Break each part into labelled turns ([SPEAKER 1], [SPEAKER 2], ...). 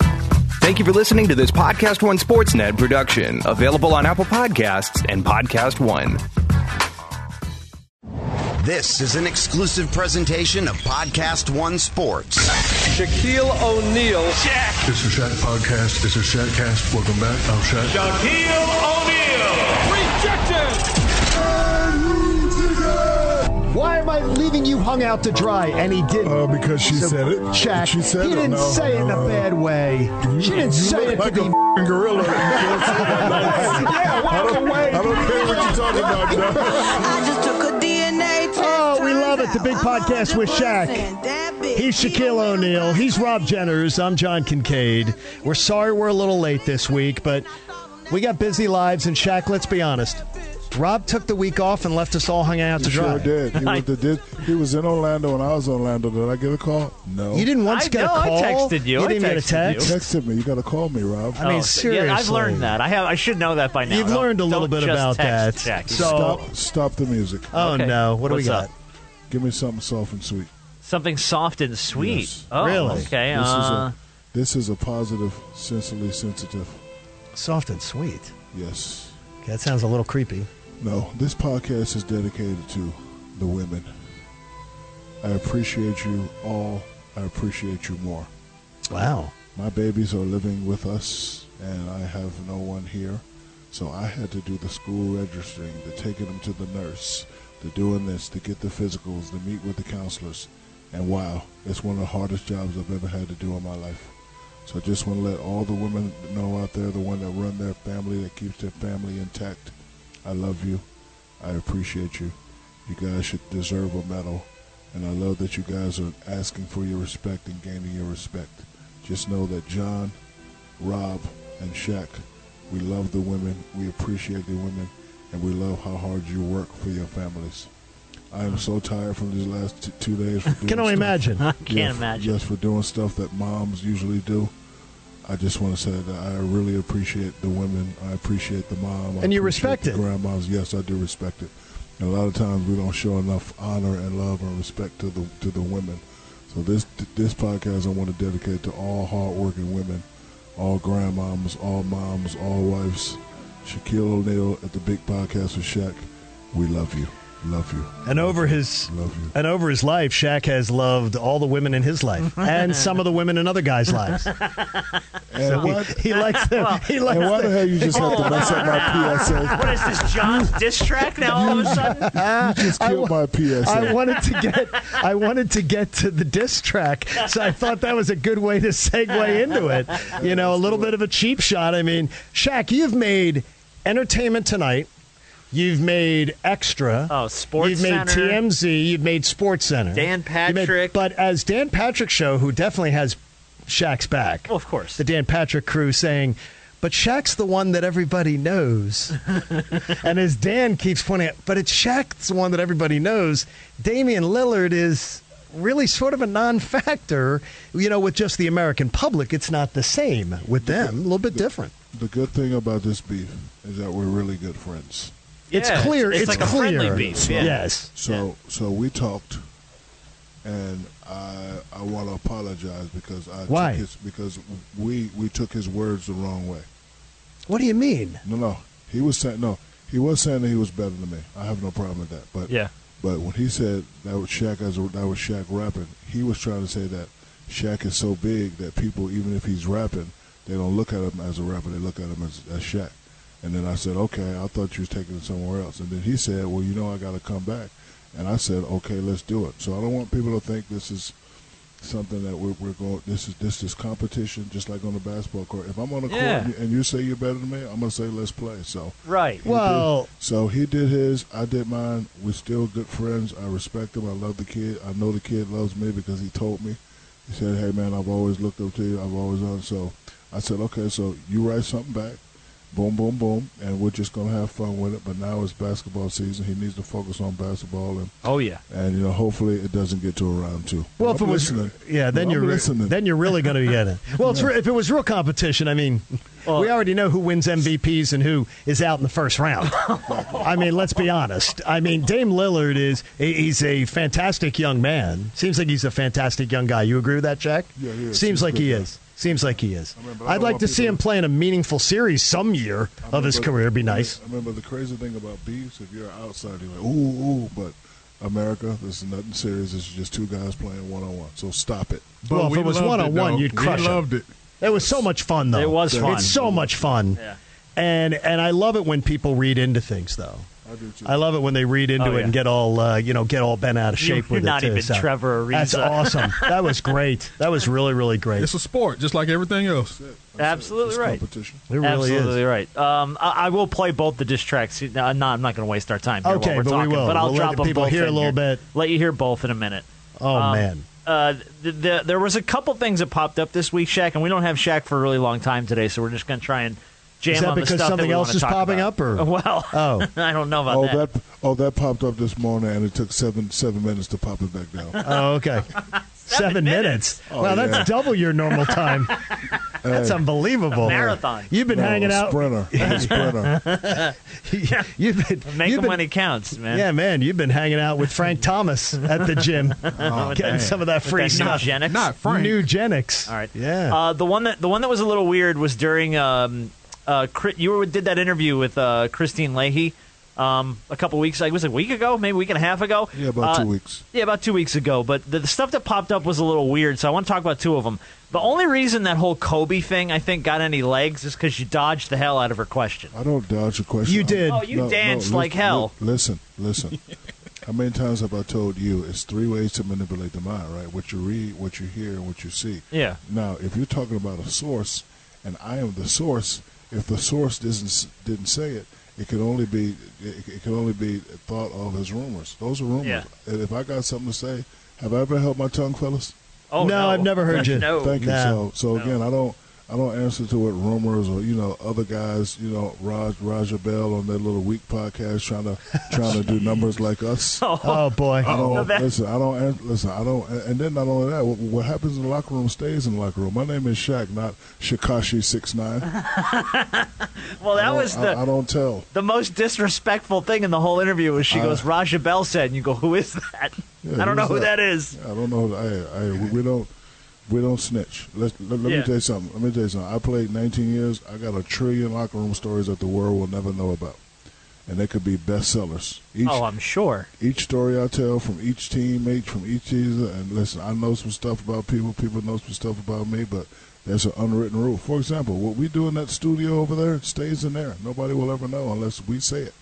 [SPEAKER 1] Thank you for listening to this Podcast One Sportsnet production, available on Apple Podcasts and Podcast One.
[SPEAKER 2] This is an exclusive presentation of Podcast One Sports.
[SPEAKER 3] Shaquille O'Neal. Shaq.
[SPEAKER 4] This is Shaq Podcast. This is Shaqcast. Welcome back. I'm Shaq.
[SPEAKER 5] Shaquille O'Neal.
[SPEAKER 3] Rejected.
[SPEAKER 6] Why am I leaving you hung out to dry? And he didn't.
[SPEAKER 4] Uh, because she
[SPEAKER 6] So,
[SPEAKER 4] said it.
[SPEAKER 6] Shaq,
[SPEAKER 4] She said
[SPEAKER 6] he
[SPEAKER 4] it.
[SPEAKER 6] didn't
[SPEAKER 4] No,
[SPEAKER 6] say it in
[SPEAKER 4] no,
[SPEAKER 6] a
[SPEAKER 4] no.
[SPEAKER 6] bad way. She
[SPEAKER 4] you
[SPEAKER 6] didn't say
[SPEAKER 4] look
[SPEAKER 6] it
[SPEAKER 4] like
[SPEAKER 6] to
[SPEAKER 4] a
[SPEAKER 6] be.
[SPEAKER 4] f***ing gorilla. yeah,
[SPEAKER 6] walk
[SPEAKER 4] I don't,
[SPEAKER 6] away.
[SPEAKER 4] I don't care what you're talking about. Doug.
[SPEAKER 7] I just took a DNA test.
[SPEAKER 6] Oh, we love it. The big podcast with Shaq. He's Shaquille O'Neal. He's Rob Jenners. I'm John Kincaid. We're sorry we're a little late this week, but we got busy lives. And Shaq, let's be honest, Rob took the week off and left us all hung out to
[SPEAKER 4] He
[SPEAKER 6] dry.
[SPEAKER 4] sure did. He, went to, did. he was in Orlando and I was in Orlando. Did I get a call? No.
[SPEAKER 6] You didn't once
[SPEAKER 8] I-
[SPEAKER 6] get a
[SPEAKER 8] no, I
[SPEAKER 6] call.
[SPEAKER 8] texted you. I
[SPEAKER 6] didn't get a
[SPEAKER 8] texted you.
[SPEAKER 6] text.
[SPEAKER 4] Texted me. You got to call me, Rob.
[SPEAKER 6] I mean,
[SPEAKER 8] Oh, so-
[SPEAKER 6] seriously.
[SPEAKER 8] Yeah, I've learned that. I have. I should know that by now.
[SPEAKER 6] You've
[SPEAKER 8] Don't-
[SPEAKER 6] learned a little
[SPEAKER 8] don't
[SPEAKER 6] bit
[SPEAKER 8] just
[SPEAKER 6] about
[SPEAKER 8] text
[SPEAKER 6] that.
[SPEAKER 8] Jack.
[SPEAKER 6] So-
[SPEAKER 4] stop, stop the music.
[SPEAKER 6] Oh
[SPEAKER 8] Okay.
[SPEAKER 6] no! What do we
[SPEAKER 8] What's
[SPEAKER 6] got?
[SPEAKER 8] up?
[SPEAKER 4] Give me something soft and sweet.
[SPEAKER 8] something soft and sweet.
[SPEAKER 4] Yes.
[SPEAKER 8] Oh,
[SPEAKER 6] Really?
[SPEAKER 8] Okay.
[SPEAKER 4] This, is
[SPEAKER 8] Uh,
[SPEAKER 4] a, this is a positive, sensually sensitive.
[SPEAKER 6] Soft and sweet.
[SPEAKER 4] Yes.
[SPEAKER 6] Okay, that sounds a little creepy.
[SPEAKER 4] No, this podcast is dedicated to the women. I appreciate you all. I appreciate you more.
[SPEAKER 6] Wow.
[SPEAKER 4] My babies are living with us, and I have no one here. So I had to do the school registering, the taking them to the nurse, the doing this, to get the physicals, to meet with the counselors. And wow, it's one of the hardest jobs I've ever had to do in my life. So I just want to let all the women know out there, the one that run their family, that keeps their family intact. I love you. I appreciate you. You guys should deserve a medal. And I love that you guys are asking for your respect and gaining your respect. Just know that John, Rob, and Shaq, we love the women, we appreciate the women, and we love how hard you work for your families. I am so tired from these last t- two days. For doing
[SPEAKER 6] Can only
[SPEAKER 4] stuff-
[SPEAKER 6] imagine.
[SPEAKER 8] I can't
[SPEAKER 4] yeah, f-
[SPEAKER 8] imagine.
[SPEAKER 4] Just for doing stuff that moms usually do. I just want to say that I really appreciate the women. I appreciate the mom. I
[SPEAKER 6] And you
[SPEAKER 4] appreciate
[SPEAKER 6] respect
[SPEAKER 4] the
[SPEAKER 6] it.
[SPEAKER 4] Grandmas, yes, I do respect it. And a lot of times we don't show enough honor and love and respect to the to the women. So this this podcast I want to dedicate to all hardworking women, all grandmoms, all moms, all wives. Shaquille O'Neal at the Big Podcast with Shaq. We love you, love you,
[SPEAKER 6] And over his
[SPEAKER 4] love you.
[SPEAKER 6] and over his life, Shaq has loved all the women in his life and some of the women in other guys' lives.
[SPEAKER 4] And why,
[SPEAKER 6] He likes them. He likes
[SPEAKER 4] and why the
[SPEAKER 6] them.
[SPEAKER 4] hell you just have to mess up my PSA?
[SPEAKER 8] what is this, John's diss track now all of a sudden?
[SPEAKER 4] just
[SPEAKER 6] I
[SPEAKER 4] killed
[SPEAKER 6] wa-
[SPEAKER 4] my PSA.
[SPEAKER 6] I wanted to get I wanted to get to the diss track, so I thought that was a good way to segue into it. You know, a little bit of a cheap shot. I mean, Shaq, you've made Entertainment Tonight, you've made Extra,
[SPEAKER 8] Oh, Sports
[SPEAKER 6] you've made
[SPEAKER 8] Center.
[SPEAKER 6] TMZ, you've made Sports Center,
[SPEAKER 8] Dan
[SPEAKER 6] You made-
[SPEAKER 8] Patrick.
[SPEAKER 6] but as Dan Patrick show, who definitely has Shaq's back.
[SPEAKER 8] Well, Oh, of course.
[SPEAKER 6] the Dan Patrick crew saying. But Shaq's the one that everybody knows. And as Dan keeps pointing out, but it's Shaq's one that everybody knows. Damian Lillard is really sort of a non-factor, you know, with just the American public. It's not the same with them. A little bit different.
[SPEAKER 4] The good thing about this beef is that we're really good friends.
[SPEAKER 6] It's
[SPEAKER 8] Yeah,
[SPEAKER 6] clear.
[SPEAKER 8] It's,
[SPEAKER 6] It's,
[SPEAKER 8] like
[SPEAKER 6] clear.
[SPEAKER 8] a friendly beef. Yeah.
[SPEAKER 6] Yes.
[SPEAKER 4] So so we talked, and I I want to apologize because I
[SPEAKER 6] Why?
[SPEAKER 4] Took his, because we we took his words the wrong way.
[SPEAKER 6] What do you mean?
[SPEAKER 4] No no he was saying no he was saying that he was better than me. I have no problem with that. But
[SPEAKER 8] Yeah.
[SPEAKER 4] But when he said that was Shaq as a, that was Shaq rapping, he was trying to say that Shaq is so big that people, even if he's rapping, they don't look at him as a rapper. They look at him as, as Shaq. And then I said, okay, I thought you was taking it somewhere else. And then he said, well, you know, I got to come back. And I said, okay, let's do it. So I don't want people to think this is something that we're, we're going. This is this is competition, just like on the basketball court. If I'm on the court
[SPEAKER 8] Yeah.
[SPEAKER 4] and you, and you say you're better than me, I'm gonna say let's play. So
[SPEAKER 8] Right.
[SPEAKER 4] he did-
[SPEAKER 6] Well-
[SPEAKER 4] so he did his. I did mine. We're still good friends. I respect him. I love the kid. I know the kid loves me because he told me. He said, "Hey man, I've always looked up to you. I've always done." So I said, "Okay, so you write something back." Boom, boom, boom, and we're just gonna have fun with it. But now it's basketball season. He needs to focus on basketball, and
[SPEAKER 8] Oh yeah.
[SPEAKER 4] and you know, hopefully, it doesn't get to a round two.
[SPEAKER 6] Well,
[SPEAKER 4] I'm
[SPEAKER 6] if it was,
[SPEAKER 4] listening.
[SPEAKER 6] yeah, then
[SPEAKER 4] No,
[SPEAKER 6] you're
[SPEAKER 4] I'm listening.
[SPEAKER 6] then you're really going to be getting. Well, it's, re- if it was real competition, I mean, we already know who wins MVPs and who is out in the first round. I mean, let's be honest. I mean, Dame Lillard is he- he's a fantastic young man. Seems like he's a fantastic young guy. You agree with that, Jack?
[SPEAKER 4] Yeah, he is.
[SPEAKER 6] Seems
[SPEAKER 4] He's a
[SPEAKER 6] like
[SPEAKER 4] good
[SPEAKER 6] he
[SPEAKER 4] guy.
[SPEAKER 6] is. Seems like he is.
[SPEAKER 4] remember- I
[SPEAKER 6] I'd
[SPEAKER 4] don't
[SPEAKER 6] like
[SPEAKER 4] want
[SPEAKER 6] to see
[SPEAKER 4] people
[SPEAKER 6] him
[SPEAKER 4] to-
[SPEAKER 6] play in a meaningful series some year
[SPEAKER 4] I
[SPEAKER 6] of his
[SPEAKER 4] remember-
[SPEAKER 6] career. Be nice.
[SPEAKER 4] I remember the crazy thing about beefs, if you're outside, you're like, ooh, ooh, but America, this is nothing serious. This is just two guys playing one on one. So stop it.
[SPEAKER 6] well, if
[SPEAKER 9] we
[SPEAKER 6] it was
[SPEAKER 9] loved
[SPEAKER 6] one on
[SPEAKER 9] though.
[SPEAKER 6] one, you'd
[SPEAKER 9] We
[SPEAKER 6] crush it.
[SPEAKER 9] loved it.
[SPEAKER 6] It was so much fun, though.
[SPEAKER 8] It was fun.
[SPEAKER 6] It's so much fun.
[SPEAKER 8] Yeah.
[SPEAKER 6] And and I love it when people read into things, though.
[SPEAKER 4] I do too.
[SPEAKER 6] I love it when they read into
[SPEAKER 8] Oh,
[SPEAKER 6] it
[SPEAKER 8] yeah.
[SPEAKER 6] and get all uh, you know, get all bent out of
[SPEAKER 8] You-
[SPEAKER 6] shape
[SPEAKER 8] you're
[SPEAKER 6] with
[SPEAKER 8] not
[SPEAKER 6] it. too,
[SPEAKER 8] even
[SPEAKER 6] so.
[SPEAKER 8] Trevor Ariza.
[SPEAKER 6] That's awesome. That was great. That was really really great.
[SPEAKER 9] It's a sport, just like everything else.
[SPEAKER 4] That's it.
[SPEAKER 8] Absolutely
[SPEAKER 4] It's
[SPEAKER 8] right.
[SPEAKER 4] Competition.
[SPEAKER 6] it really is.
[SPEAKER 8] Absolutely right. Um, I, I will play both the diss tracks. No, I'm not, I'm not going to waste our time. Here
[SPEAKER 6] Okay,
[SPEAKER 8] while we're
[SPEAKER 6] but we
[SPEAKER 8] talking,
[SPEAKER 6] will.
[SPEAKER 8] But I'll
[SPEAKER 6] We'll let
[SPEAKER 8] drop
[SPEAKER 6] the
[SPEAKER 8] them
[SPEAKER 6] people
[SPEAKER 8] both
[SPEAKER 6] hear a
[SPEAKER 8] in
[SPEAKER 6] little
[SPEAKER 8] here.
[SPEAKER 6] bit.
[SPEAKER 8] Let you hear both in a minute.
[SPEAKER 6] Oh
[SPEAKER 8] Um,
[SPEAKER 6] man.
[SPEAKER 8] Uh, the, the, there was a couple things that popped up this week, Shaq, and we don't have Shaq for a really long time today, so we're just going to try and jam
[SPEAKER 6] Is that
[SPEAKER 8] on the
[SPEAKER 6] because
[SPEAKER 8] stuff
[SPEAKER 6] something
[SPEAKER 8] that we
[SPEAKER 6] else
[SPEAKER 8] wanna
[SPEAKER 6] is
[SPEAKER 8] talk
[SPEAKER 6] popping
[SPEAKER 8] about.
[SPEAKER 6] up, or-
[SPEAKER 8] well,
[SPEAKER 6] Oh.
[SPEAKER 8] I don't know about
[SPEAKER 4] Oh, that. oh, that popped up this morning, and it took seven seven minutes to pop it back down.
[SPEAKER 6] Oh, okay. Seven minutes.
[SPEAKER 4] Oh,
[SPEAKER 6] wow,
[SPEAKER 4] yeah.
[SPEAKER 6] that's double your normal time. that's unbelievable.
[SPEAKER 8] A marathon.
[SPEAKER 6] You've been
[SPEAKER 4] No,
[SPEAKER 6] hanging
[SPEAKER 4] a
[SPEAKER 6] out.
[SPEAKER 4] Sprinter. A sprinter.
[SPEAKER 6] You've been
[SPEAKER 8] Make
[SPEAKER 6] you've
[SPEAKER 8] them
[SPEAKER 6] been-
[SPEAKER 8] when it counts, man.
[SPEAKER 6] Yeah, man, you've been hanging out with Frank Thomas at the gym, getting
[SPEAKER 8] man.
[SPEAKER 6] some of that
[SPEAKER 8] With
[SPEAKER 6] free
[SPEAKER 8] that
[SPEAKER 6] stuff.
[SPEAKER 8] Nugenics.
[SPEAKER 9] Not Frank.
[SPEAKER 6] Nugenics.
[SPEAKER 8] All right.
[SPEAKER 6] Yeah.
[SPEAKER 8] Uh, the one that the one that was a little weird was during um, uh, Chri- you were, did that interview with uh, Christine Leahy um, a couple weeks. Like was it a week ago, maybe a week and a half ago.
[SPEAKER 4] Yeah, about
[SPEAKER 8] Uh,
[SPEAKER 4] two weeks.
[SPEAKER 8] Yeah, about two weeks ago. But the, the stuff that popped up was a little weird, so I want to talk about two of them. The only reason that whole Kobe thing I think got any legs is because you dodged the hell out of her question.
[SPEAKER 4] I don't dodge a question.
[SPEAKER 6] You did.
[SPEAKER 8] Oh, you danced like hell.
[SPEAKER 4] li- listen, listen. How many times have I told you it's three ways to manipulate the mind, right? What you read, what you hear, and what you see.
[SPEAKER 8] Yeah.
[SPEAKER 4] Now, if you're talking about a source, and I am the source, if the source didn't s- didn't say it, it could only be it, it could only be thought of as rumors. Those are rumors.
[SPEAKER 8] Yeah.
[SPEAKER 4] And if I got something to say, have I ever held my tongue, fellas?
[SPEAKER 8] Oh
[SPEAKER 6] No,
[SPEAKER 8] no,
[SPEAKER 6] I've never heard you.
[SPEAKER 8] No.
[SPEAKER 4] Thank you.
[SPEAKER 6] Nah.
[SPEAKER 4] So, so again, I don't, I don't answer to what rumors or you know other guys, you know Raj Roger Bell on their little weak podcast trying to trying to do numbers like us.
[SPEAKER 6] oh boy.
[SPEAKER 4] I don't
[SPEAKER 8] No, that-
[SPEAKER 4] listen. I don't an- listen. I don't. And and then not only that, what, what happens in the locker room stays in the locker room. My name is Shaq, not Shikashi six nine.
[SPEAKER 8] Well, that was the.
[SPEAKER 4] I, I don't tell.
[SPEAKER 8] the most disrespectful thing in the whole interview was
[SPEAKER 6] Uh.
[SPEAKER 8] she goes, Raja Bell said, and you go, who is that?
[SPEAKER 4] Yeah,
[SPEAKER 8] I don't know
[SPEAKER 4] who's
[SPEAKER 8] who
[SPEAKER 4] that?
[SPEAKER 8] that is.
[SPEAKER 4] I don't know. I, I, we don't, we don't snitch. Let, let, let
[SPEAKER 8] Yeah.
[SPEAKER 4] me tell you something. Let me tell you something. I played 19 years. I got a trillion locker room stories that the world will never know about, and they could be bestsellers. Each
[SPEAKER 8] Oh, I'm sure.
[SPEAKER 4] each story I tell from each teammate, from each teaser, and listen, I know some stuff about people. People know some stuff about me, but there's an unwritten rule. For example, what we do in that studio over there stays in there. Nobody will ever know unless we say it.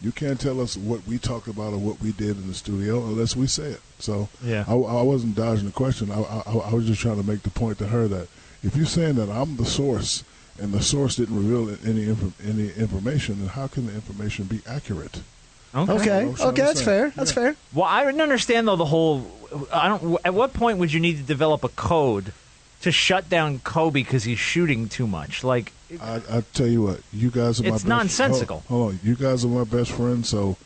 [SPEAKER 4] You can't tell us what we talked about or what we did in the studio unless we say it. So
[SPEAKER 8] Yeah.
[SPEAKER 4] I, I wasn't dodging the question. I, I, I was just trying to make the point to her that if you're saying that I'm the source and the source didn't reveal any inf- any information, then how can the information be accurate?
[SPEAKER 6] okay.
[SPEAKER 8] Oh,
[SPEAKER 4] know what I'm
[SPEAKER 6] Okay, that's
[SPEAKER 4] saying.
[SPEAKER 6] fair. That's fair.
[SPEAKER 8] Well, I didn't understand though the whole. I don't. At what point would you need to develop a code to shut down Kobe because he's shooting too much? Like,
[SPEAKER 4] I, I tell you what, you guys are my
[SPEAKER 8] It's
[SPEAKER 4] best
[SPEAKER 8] nonsensical.
[SPEAKER 4] Hold, hold on, you guys are my best friends, so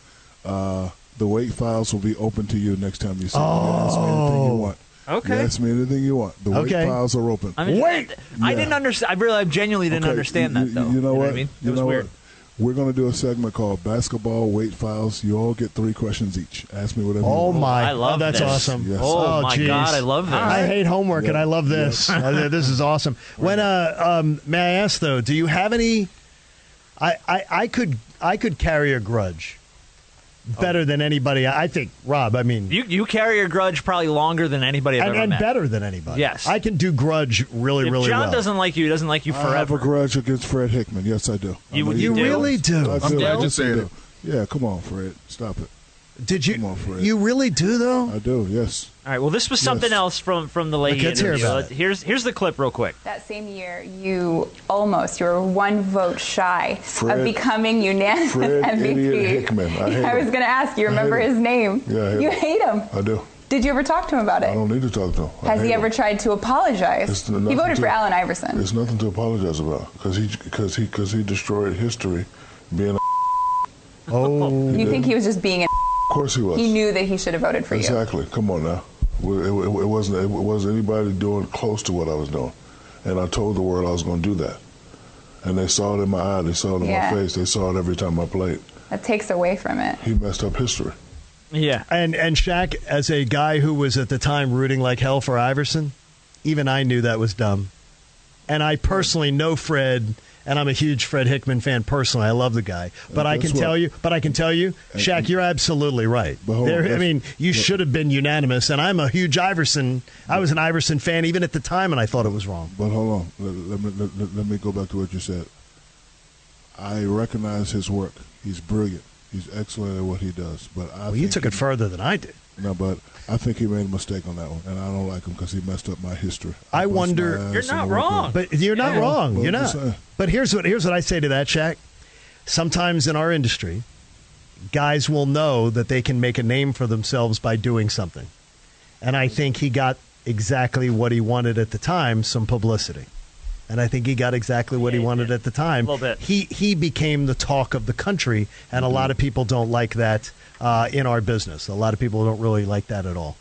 [SPEAKER 4] uh, the wait files will be open to you next time you see me. You ask me anything you want.
[SPEAKER 8] Oh. Okay.
[SPEAKER 4] You ask me anything you want. The
[SPEAKER 6] Okay.
[SPEAKER 4] wait files are open.
[SPEAKER 8] I mean,
[SPEAKER 6] Wait!
[SPEAKER 8] I
[SPEAKER 4] Yeah.
[SPEAKER 8] didn't understand. I really, I genuinely didn't
[SPEAKER 4] Okay,
[SPEAKER 8] understand
[SPEAKER 4] you-
[SPEAKER 8] that though.
[SPEAKER 4] You, you know what?
[SPEAKER 8] I mean, it
[SPEAKER 4] You
[SPEAKER 8] was
[SPEAKER 4] know
[SPEAKER 8] weird.
[SPEAKER 4] What? We're going to do a segment called Basketball Wait Files. You all get three questions each. Ask me whatever you
[SPEAKER 6] Oh
[SPEAKER 4] want.
[SPEAKER 6] my!
[SPEAKER 8] I love
[SPEAKER 6] oh, that's
[SPEAKER 8] this.
[SPEAKER 6] awesome.
[SPEAKER 4] Yes.
[SPEAKER 8] Oh, my
[SPEAKER 6] geez.
[SPEAKER 8] God, I love this.
[SPEAKER 6] I hate homework, and
[SPEAKER 4] Yeah.
[SPEAKER 6] I love this. Uh, this is awesome. When uh, um, may I ask though? Do you have any? I, I I could I could carry a grudge
[SPEAKER 8] Oh.
[SPEAKER 6] better than anybody. I I think Rob. I mean,
[SPEAKER 8] You you carry a grudge probably longer than anybody I've
[SPEAKER 6] and,
[SPEAKER 8] ever
[SPEAKER 6] and
[SPEAKER 8] met.
[SPEAKER 6] better than anybody.
[SPEAKER 8] Yes.
[SPEAKER 6] I can do grudge really
[SPEAKER 8] if
[SPEAKER 6] really
[SPEAKER 8] John
[SPEAKER 6] well.
[SPEAKER 8] doesn't like you, he doesn't like you
[SPEAKER 4] I have a
[SPEAKER 8] forever.
[SPEAKER 4] grudge against Fred Hickman. Yes, I do. I
[SPEAKER 8] You-
[SPEAKER 4] know
[SPEAKER 8] you
[SPEAKER 6] you
[SPEAKER 8] do. uh,
[SPEAKER 6] really do.
[SPEAKER 4] I
[SPEAKER 9] I'm
[SPEAKER 4] do.
[SPEAKER 9] glad
[SPEAKER 4] I
[SPEAKER 9] you
[SPEAKER 4] just
[SPEAKER 9] said
[SPEAKER 4] do. Yeah, come on, Fred. Stop it.
[SPEAKER 6] Did
[SPEAKER 4] Come on,
[SPEAKER 6] you?
[SPEAKER 4] Fred.
[SPEAKER 6] You really do though.
[SPEAKER 4] I do. Yes.
[SPEAKER 8] All right. Well, this was something
[SPEAKER 4] Yes.
[SPEAKER 8] else from from the lady.
[SPEAKER 6] let's hear
[SPEAKER 8] interview.
[SPEAKER 6] about
[SPEAKER 8] Let's-
[SPEAKER 6] it.
[SPEAKER 8] Here's here's the clip real quick.
[SPEAKER 10] That same year, you almost, you were one vote shy
[SPEAKER 4] Fred-
[SPEAKER 10] of becoming unanimous
[SPEAKER 4] Fred
[SPEAKER 10] MVP.
[SPEAKER 4] Idiot Hickman. I hate
[SPEAKER 10] was
[SPEAKER 4] him.
[SPEAKER 10] going to ask, you
[SPEAKER 4] I hate
[SPEAKER 10] remember
[SPEAKER 4] him.
[SPEAKER 10] his name?
[SPEAKER 4] Yeah, I hate
[SPEAKER 10] you
[SPEAKER 4] him.
[SPEAKER 10] hate him.
[SPEAKER 4] I do.
[SPEAKER 10] Did you ever talk to him about
[SPEAKER 4] I
[SPEAKER 10] it?
[SPEAKER 4] don't need to talk to him. I
[SPEAKER 10] Has
[SPEAKER 4] hate
[SPEAKER 10] he ever
[SPEAKER 4] him.
[SPEAKER 10] tried to apologize?
[SPEAKER 4] It's
[SPEAKER 10] He
[SPEAKER 4] nothing
[SPEAKER 10] voted
[SPEAKER 4] to-
[SPEAKER 10] for Allen Iverson.
[SPEAKER 4] There's nothing to apologize about because he because he because he destroyed history, being. A,
[SPEAKER 6] Oh,
[SPEAKER 10] You think he was just being an
[SPEAKER 4] of course he was.
[SPEAKER 10] He knew that he should have voted for you.
[SPEAKER 4] exactly. Come on now. Well, It, it, it wasn't it wasn't anybody doing close to what I was doing, and I told the world I was going to do that, and they saw it in my eye. They saw it in
[SPEAKER 10] Yeah.
[SPEAKER 4] my face. They saw it every time I played.
[SPEAKER 10] That takes away from it.
[SPEAKER 4] He messed up history.
[SPEAKER 8] Yeah.
[SPEAKER 6] and and Shaq, as a guy who was at the time rooting like hell for Iverson, even I knew that was dumb. and I personally know Fred, and I'm a huge Fred Hickman fan personally. I love the guy, but I
[SPEAKER 4] that's
[SPEAKER 6] can tell
[SPEAKER 4] Uh, what- Uh,
[SPEAKER 6] you, but I can tell you, Shaq, you're absolutely right.
[SPEAKER 4] But hold on,
[SPEAKER 6] There- I
[SPEAKER 4] that's-
[SPEAKER 6] mean, you
[SPEAKER 4] but-
[SPEAKER 6] should have been unanimous, and I'm a huge Iverson. I was an Iverson fan even at the time, and I thought it was wrong.
[SPEAKER 4] But hold on, let, let me let- let, let me go back to what you said. I recognize his work. He's brilliant. He's excellent at what he does. But I
[SPEAKER 6] Well, you
[SPEAKER 4] think
[SPEAKER 6] took it further than I did.
[SPEAKER 4] No, but I think he made a mistake on that one, and I don't like him because he messed up my history.
[SPEAKER 6] I
[SPEAKER 4] bust my
[SPEAKER 6] wonder-
[SPEAKER 4] ass
[SPEAKER 8] You're
[SPEAKER 4] and
[SPEAKER 8] not
[SPEAKER 4] work
[SPEAKER 8] wrong.
[SPEAKER 4] hard.
[SPEAKER 6] But you're not
[SPEAKER 8] Yeah.
[SPEAKER 6] wrong.
[SPEAKER 4] Well,
[SPEAKER 6] you're
[SPEAKER 4] I'm
[SPEAKER 6] not.
[SPEAKER 4] saying.
[SPEAKER 6] But here's what here's what I say to that, Shaq. Sometimes in our industry, guys will know that they can make a name for themselves by doing something. And I think he got exactly what he wanted at the time, some publicity. And I think he got exactly what
[SPEAKER 8] Yeah,
[SPEAKER 6] he
[SPEAKER 8] he
[SPEAKER 6] wanted
[SPEAKER 8] did.
[SPEAKER 6] at the time.
[SPEAKER 8] A little bit.
[SPEAKER 6] He he became the talk of the country, and a lot of people don't like that uh, in our business. A lot of people don't really like that at all.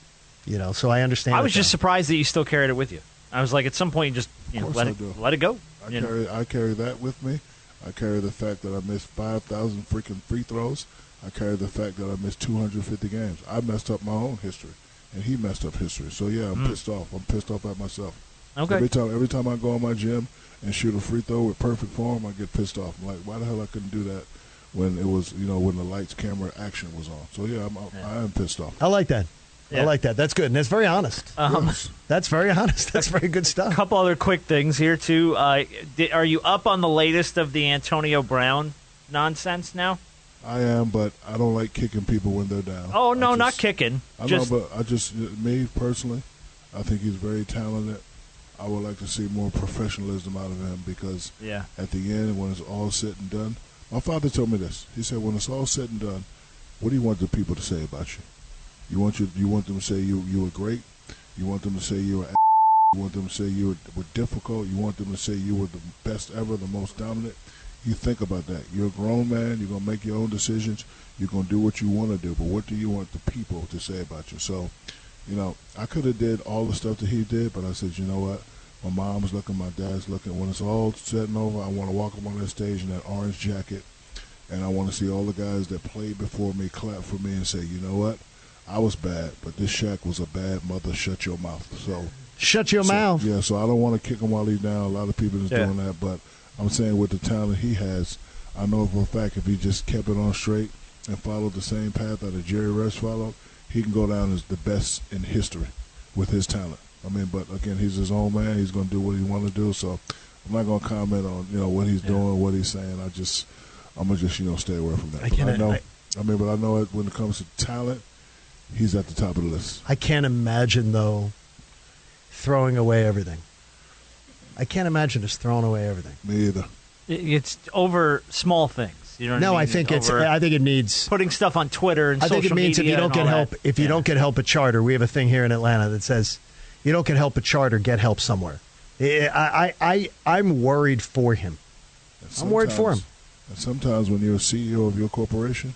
[SPEAKER 6] You know, so I understand.
[SPEAKER 8] I
[SPEAKER 6] it
[SPEAKER 8] was just
[SPEAKER 6] now.
[SPEAKER 8] surprised that you still carried it with you. I was like, at some point, you just you know,
[SPEAKER 4] course
[SPEAKER 8] let
[SPEAKER 4] I
[SPEAKER 8] it
[SPEAKER 4] do.
[SPEAKER 8] let it go.
[SPEAKER 4] I
[SPEAKER 8] you know?
[SPEAKER 4] carry I carry that with me. I carry the fact that I missed five thousand freaking free throws. I carry the fact that I missed two hundred fifty games. I messed up my own history, and he messed up history. So yeah, I'm pissed off. I'm pissed off at myself.
[SPEAKER 8] Mm. Okay.
[SPEAKER 4] Every time every time I go in my gym and shoot a free throw with perfect form, I get pissed off. I'm like, why the hell I couldn't do that when it was you know when the lights, camera, action was on. So yeah, I'm I'm- I am pissed off.
[SPEAKER 6] I like that. I
[SPEAKER 8] Yeah. Uh,
[SPEAKER 6] like that. That's good. And that's very honest.
[SPEAKER 4] Yes.
[SPEAKER 6] That's very honest. That's very good
[SPEAKER 8] A
[SPEAKER 6] stuff.
[SPEAKER 8] couple other quick things here too. Uh, di- are you up on the latest of the Antonio Brown nonsense now?
[SPEAKER 4] I am, but I don't like kicking people when they're down.
[SPEAKER 8] Oh
[SPEAKER 4] I
[SPEAKER 8] no, not
[SPEAKER 4] just-
[SPEAKER 8] kicking.
[SPEAKER 4] I
[SPEAKER 8] just
[SPEAKER 4] know, but I just me personally, I think he's very talented. I would like to see more professionalism out of him because
[SPEAKER 8] Yeah.
[SPEAKER 4] at the end, when it's all said and done, my father told me this. He said, "When it's all said and done, what do you want the people to say about you? You want you you want them to say you you were great. You want them to say you were." a- You want them to say you were, were difficult. You want them to say you were the best ever, the most dominant. You think about that. You're a grown man. You're gonna make your own decisions. You're gonna do what you want to do. But what do you want the people to say about you? So, you know, I could have did all the stuff that he did, but I said, you know what? My mom's looking, my dad's looking. When it's all said and over, I want to walk up on that stage in that orange jacket, and I want to see all the guys that played before me clap for me and say, you know what? I was bad, but this Shaq was a bad mother. Shut your mouth. So.
[SPEAKER 6] Shut your
[SPEAKER 4] So-
[SPEAKER 6] mouth.
[SPEAKER 4] Yeah, so I don't want to kick him while he's down. A lot of people is
[SPEAKER 8] Yeah.
[SPEAKER 4] doing that, but I'm saying with the talent he has, I know for a fact if he just kept it on straight and followed the same path that a Jerry Rush followed, he can go down as the best in history with his talent. I mean, but again, he's his own man. He's going to do what he want to do. So I'm not going to comment on you know what he's doing, what he's saying. I just I'm gonna just you know stay away from that.
[SPEAKER 6] I
[SPEAKER 4] But
[SPEAKER 6] can't-
[SPEAKER 4] I know.
[SPEAKER 6] I-
[SPEAKER 4] I mean, but I know it when it comes to talent, he's at the top of the list.
[SPEAKER 6] I can't imagine though throwing away everything. I can't imagine just throwing away everything.
[SPEAKER 4] Me either.
[SPEAKER 8] it- it's over small things. You know what
[SPEAKER 6] No, I
[SPEAKER 8] mean?
[SPEAKER 6] think it's.
[SPEAKER 8] Over
[SPEAKER 6] I think it needs.
[SPEAKER 8] putting stuff on Twitter and
[SPEAKER 6] I think it
[SPEAKER 8] social
[SPEAKER 6] means if
[SPEAKER 8] media
[SPEAKER 6] you don't
[SPEAKER 8] and
[SPEAKER 6] get
[SPEAKER 8] all
[SPEAKER 6] help,
[SPEAKER 8] that.
[SPEAKER 6] if you
[SPEAKER 8] Yeah.
[SPEAKER 6] don't get help at charter, we have a thing here in Atlanta that says, you don't get help at charter, get help somewhere. I, I, I, I'm worried for him. I'm worried for him.
[SPEAKER 4] And sometimes when you're a CEO of your corporation,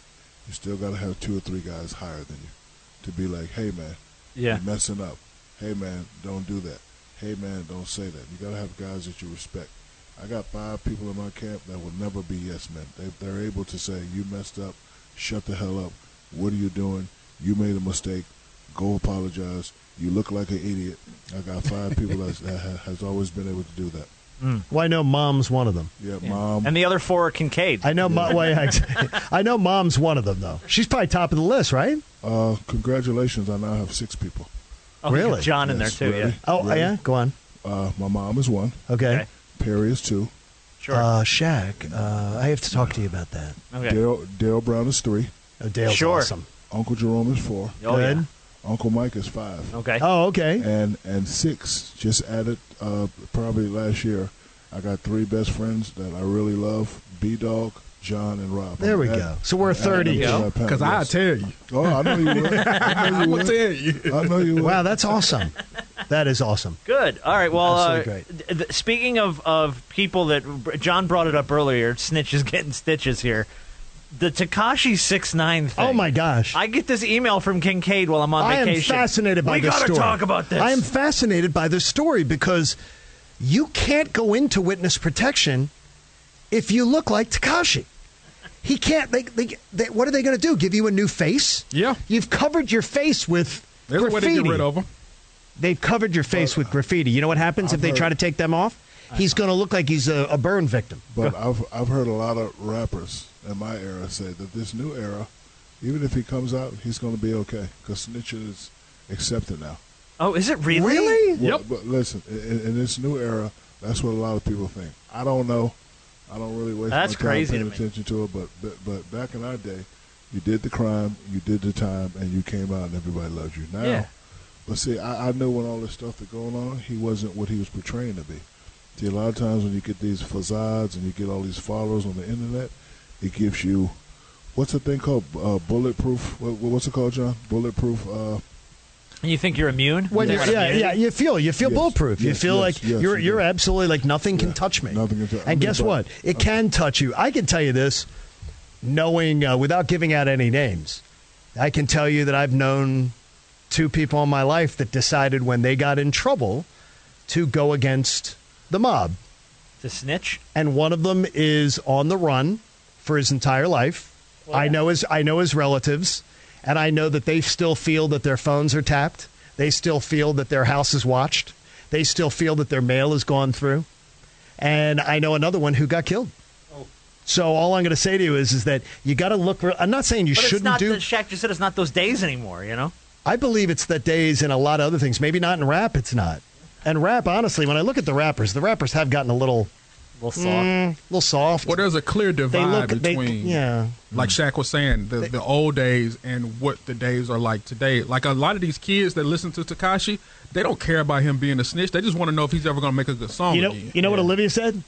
[SPEAKER 4] you still got to have two or three guys higher than you to be like, hey, man,
[SPEAKER 8] Yeah.
[SPEAKER 4] you're messing up. Hey, man, don't do that. Hey, man, don't say that. You got to have guys that you respect. I got five people in my camp that will never be yes men. They, they're able to say, you messed up. Shut the hell up. What are you doing? You made a mistake. Go apologize. You look like an idiot. I got five people that's- that ha- has always been able to do that.
[SPEAKER 6] Well, I know mom's one of them.
[SPEAKER 4] Yeah, mom.
[SPEAKER 8] and the other four are Kincaid.
[SPEAKER 6] I know. Mo- well, yeah, exactly. I know mom's one of them though. She's probably top of the list, right?
[SPEAKER 4] Uh, congratulations! I now have six people.
[SPEAKER 8] oh, you got
[SPEAKER 6] really?
[SPEAKER 8] John in there
[SPEAKER 4] Yes,
[SPEAKER 8] too.
[SPEAKER 4] really.
[SPEAKER 8] Yeah,
[SPEAKER 6] Oh
[SPEAKER 4] Really?
[SPEAKER 6] yeah, go on.
[SPEAKER 4] Uh, my mom is one.
[SPEAKER 6] Okay.
[SPEAKER 8] Okay.
[SPEAKER 4] Perry is two.
[SPEAKER 8] sure.
[SPEAKER 6] Uh, Shaq, uh, I have to talk to you about that.
[SPEAKER 8] okay.
[SPEAKER 4] Daryl Daryl Brown is three.
[SPEAKER 6] Oh, Dale's
[SPEAKER 8] Sure.
[SPEAKER 6] awesome.
[SPEAKER 4] Uncle Jerome is four.
[SPEAKER 8] Oh, yeah.
[SPEAKER 6] Good.
[SPEAKER 4] Uncle Mike is five.
[SPEAKER 8] Okay.
[SPEAKER 6] Oh, okay.
[SPEAKER 4] And and six just added uh, probably last year. I got three best friends that I really love: B Dog, John, and Rob.
[SPEAKER 6] There we
[SPEAKER 4] Add-
[SPEAKER 6] go. So we're
[SPEAKER 4] add them
[SPEAKER 6] 30.
[SPEAKER 4] to my pack,
[SPEAKER 9] Because I'll
[SPEAKER 4] yes.
[SPEAKER 9] tell you.
[SPEAKER 4] Oh, I know you would. I know you
[SPEAKER 9] I'm going
[SPEAKER 4] would.
[SPEAKER 9] to tell you.
[SPEAKER 4] I know you would.
[SPEAKER 6] Wow, that's awesome. That is awesome.
[SPEAKER 8] Good. All right. Well, uh,
[SPEAKER 6] Absolutely great.
[SPEAKER 8] th- th- speaking of, of people that John brought it up earlier, snitches getting stitches here. The Takashi six nine thing.
[SPEAKER 6] Oh my gosh.
[SPEAKER 8] I get this email from Kincaid while I'm on
[SPEAKER 6] I am
[SPEAKER 8] vacation.
[SPEAKER 6] fascinated by
[SPEAKER 8] we
[SPEAKER 6] this
[SPEAKER 8] gotta
[SPEAKER 6] story.
[SPEAKER 8] talk about this.
[SPEAKER 6] I am fascinated by this story because you can't go into witness protection if you look like Takashi. He can't. They, they, they, what are they going to do? Give you a new face?
[SPEAKER 9] Yeah.
[SPEAKER 6] You've covered your face with
[SPEAKER 9] There's a way
[SPEAKER 6] graffiti.
[SPEAKER 9] to get rid of them.
[SPEAKER 6] They've covered your face with graffiti. You know what happens if they try to take them off? he's going to look like he's a, a burn victim.
[SPEAKER 4] But I've I've heard a lot of rappers in my era say that this new era, even if he comes out, he's going to be okay because snitching is accepted now.
[SPEAKER 8] Oh, is it really?
[SPEAKER 4] Well, But listen, in, in this new era, that's what a lot of people think. I don't know. I don't really waste
[SPEAKER 8] That's
[SPEAKER 4] my time
[SPEAKER 8] crazy
[SPEAKER 4] paying
[SPEAKER 8] to me.
[SPEAKER 4] attention to it. But, but but back in our day, you did the crime, you did the time, and you came out, and everybody loved you. Now,
[SPEAKER 8] Yeah.
[SPEAKER 4] but see, I, I know when all this stuff that going on, he wasn't what he was portraying to be. See, a lot of times when you get these facades and you get all these followers on the internet, it gives you what's the thing called uh, bulletproof? What, what's it called, John? Bulletproof. Uh,
[SPEAKER 8] And you think you're immune?
[SPEAKER 6] When
[SPEAKER 8] You
[SPEAKER 6] you're,
[SPEAKER 8] want
[SPEAKER 6] yeah,
[SPEAKER 8] immunity?
[SPEAKER 6] yeah, you feel you feel
[SPEAKER 4] Yes,
[SPEAKER 6] bulletproof. you
[SPEAKER 4] yes,
[SPEAKER 6] feel
[SPEAKER 4] yes,
[SPEAKER 6] like
[SPEAKER 4] yes,
[SPEAKER 6] you're
[SPEAKER 4] you
[SPEAKER 6] you're
[SPEAKER 4] do.
[SPEAKER 6] absolutely like nothing can
[SPEAKER 4] Yeah,
[SPEAKER 6] touch me.
[SPEAKER 4] nothing can touch- I
[SPEAKER 6] And
[SPEAKER 4] mean,
[SPEAKER 6] guess
[SPEAKER 4] but-
[SPEAKER 6] what? It can touch you. I can tell you this, knowing uh, without giving out any names, I can tell you that I've known two people in my life that decided when they got in trouble to go against the mob
[SPEAKER 8] To snitch?
[SPEAKER 6] and one of them is on the run for his entire life. I know his I know his relatives, and I know that they still feel that their phones are tapped. They still feel that their house is watched. They still feel that their mail is gone through. And I know another one who got killed. So all I'm going to say to you is, is that you got to look. Re- I'm not saying you
[SPEAKER 8] But it's
[SPEAKER 6] shouldn't
[SPEAKER 8] not,
[SPEAKER 6] do.
[SPEAKER 8] the, Shaq just said it's not those days anymore, you know?
[SPEAKER 6] I believe it's that days and a lot of other things. Maybe not in rap, it's not. And rap, honestly, when I look at the rappers, the rappers have gotten a little,
[SPEAKER 8] Well, soft.
[SPEAKER 6] mm, little soft.
[SPEAKER 9] Well, there's a clear divide
[SPEAKER 6] look- they-
[SPEAKER 9] between,
[SPEAKER 6] yeah.
[SPEAKER 9] like
[SPEAKER 11] Mm.
[SPEAKER 9] Shaq was saying, the, the old days and what the days are like today. Like a lot of these kids that listen to Takashi, they don't care about him being a snitch. They just want to know if he's ever going to make a good song.
[SPEAKER 6] You know,
[SPEAKER 9] again.
[SPEAKER 6] you know what Olivia said?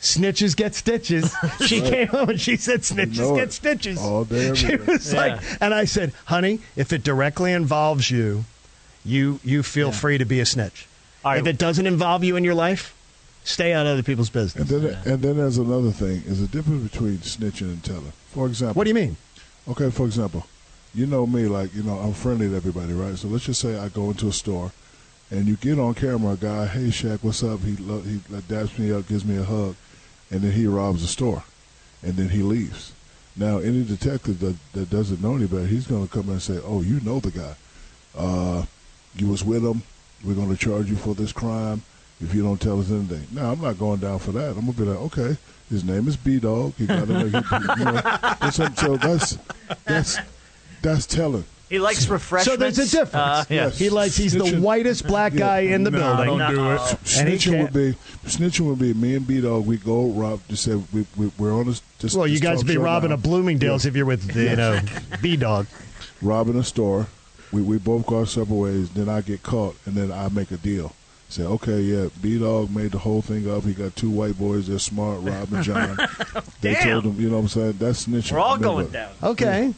[SPEAKER 6] Snitches get stitches. She came home and she said, "Snitches
[SPEAKER 4] know
[SPEAKER 6] get
[SPEAKER 4] it.
[SPEAKER 6] stitches."
[SPEAKER 4] All day, every
[SPEAKER 6] she
[SPEAKER 4] day.
[SPEAKER 6] was like, and I said, "Honey, if it directly involves you, you you feel free to be a snitch.
[SPEAKER 8] All right.
[SPEAKER 6] If it doesn't involve you in your life, stay out of other people's
[SPEAKER 4] and
[SPEAKER 6] business."
[SPEAKER 4] then and then there's another thing: is the difference between snitching and telling. For example,
[SPEAKER 6] What do you mean?
[SPEAKER 4] Okay, for example, you know me, like, you know, I'm friendly to everybody, right? So let's just say I go into a store and you get on camera, a guy, hey, Shaq, what's up? He, lo- he like, daps me up, gives me a hug, and then he robs the store and then he leaves. Now, any detective that, that doesn't know any better, he's going to come in and say, oh, you know the guy. Uh, you was with him. We're going to charge you for this crime if you don't tell us anything. Now, I'm not going down for that. I'm going to be like, okay, his name is B Dog. He got him. you know, that's some- so that's that's that's telling.
[SPEAKER 8] He likes refreshments.
[SPEAKER 6] So there's a difference.
[SPEAKER 8] Uh, yeah.
[SPEAKER 4] Yes.
[SPEAKER 6] He likes he's the
[SPEAKER 4] Snitching-
[SPEAKER 6] whitest black
[SPEAKER 4] Yeah.
[SPEAKER 6] guy in the
[SPEAKER 9] Nah,
[SPEAKER 6] building.
[SPEAKER 9] don't do it.
[SPEAKER 6] And he
[SPEAKER 4] snitching
[SPEAKER 6] can't-
[SPEAKER 4] would be snitching would be me and B Dog. We go rob. Just say we, we we're on this. this
[SPEAKER 6] Well, you
[SPEAKER 4] this
[SPEAKER 6] guys
[SPEAKER 4] talk
[SPEAKER 6] be
[SPEAKER 4] show
[SPEAKER 6] robbing
[SPEAKER 4] now,
[SPEAKER 6] a Bloomingdale's if you're with the, you know B Dog.
[SPEAKER 4] robbing a store. We we both go our separate ways. Then I get caught, and then I make a deal. Say, okay, yeah, B Dog made the whole thing up. He got two white boys. They're smart. Rob and John. They
[SPEAKER 8] Damn.
[SPEAKER 4] told him, you know what I'm saying? That's snitching.
[SPEAKER 8] We're all
[SPEAKER 4] I mean,
[SPEAKER 8] going
[SPEAKER 4] but-
[SPEAKER 8] down.
[SPEAKER 6] Okay,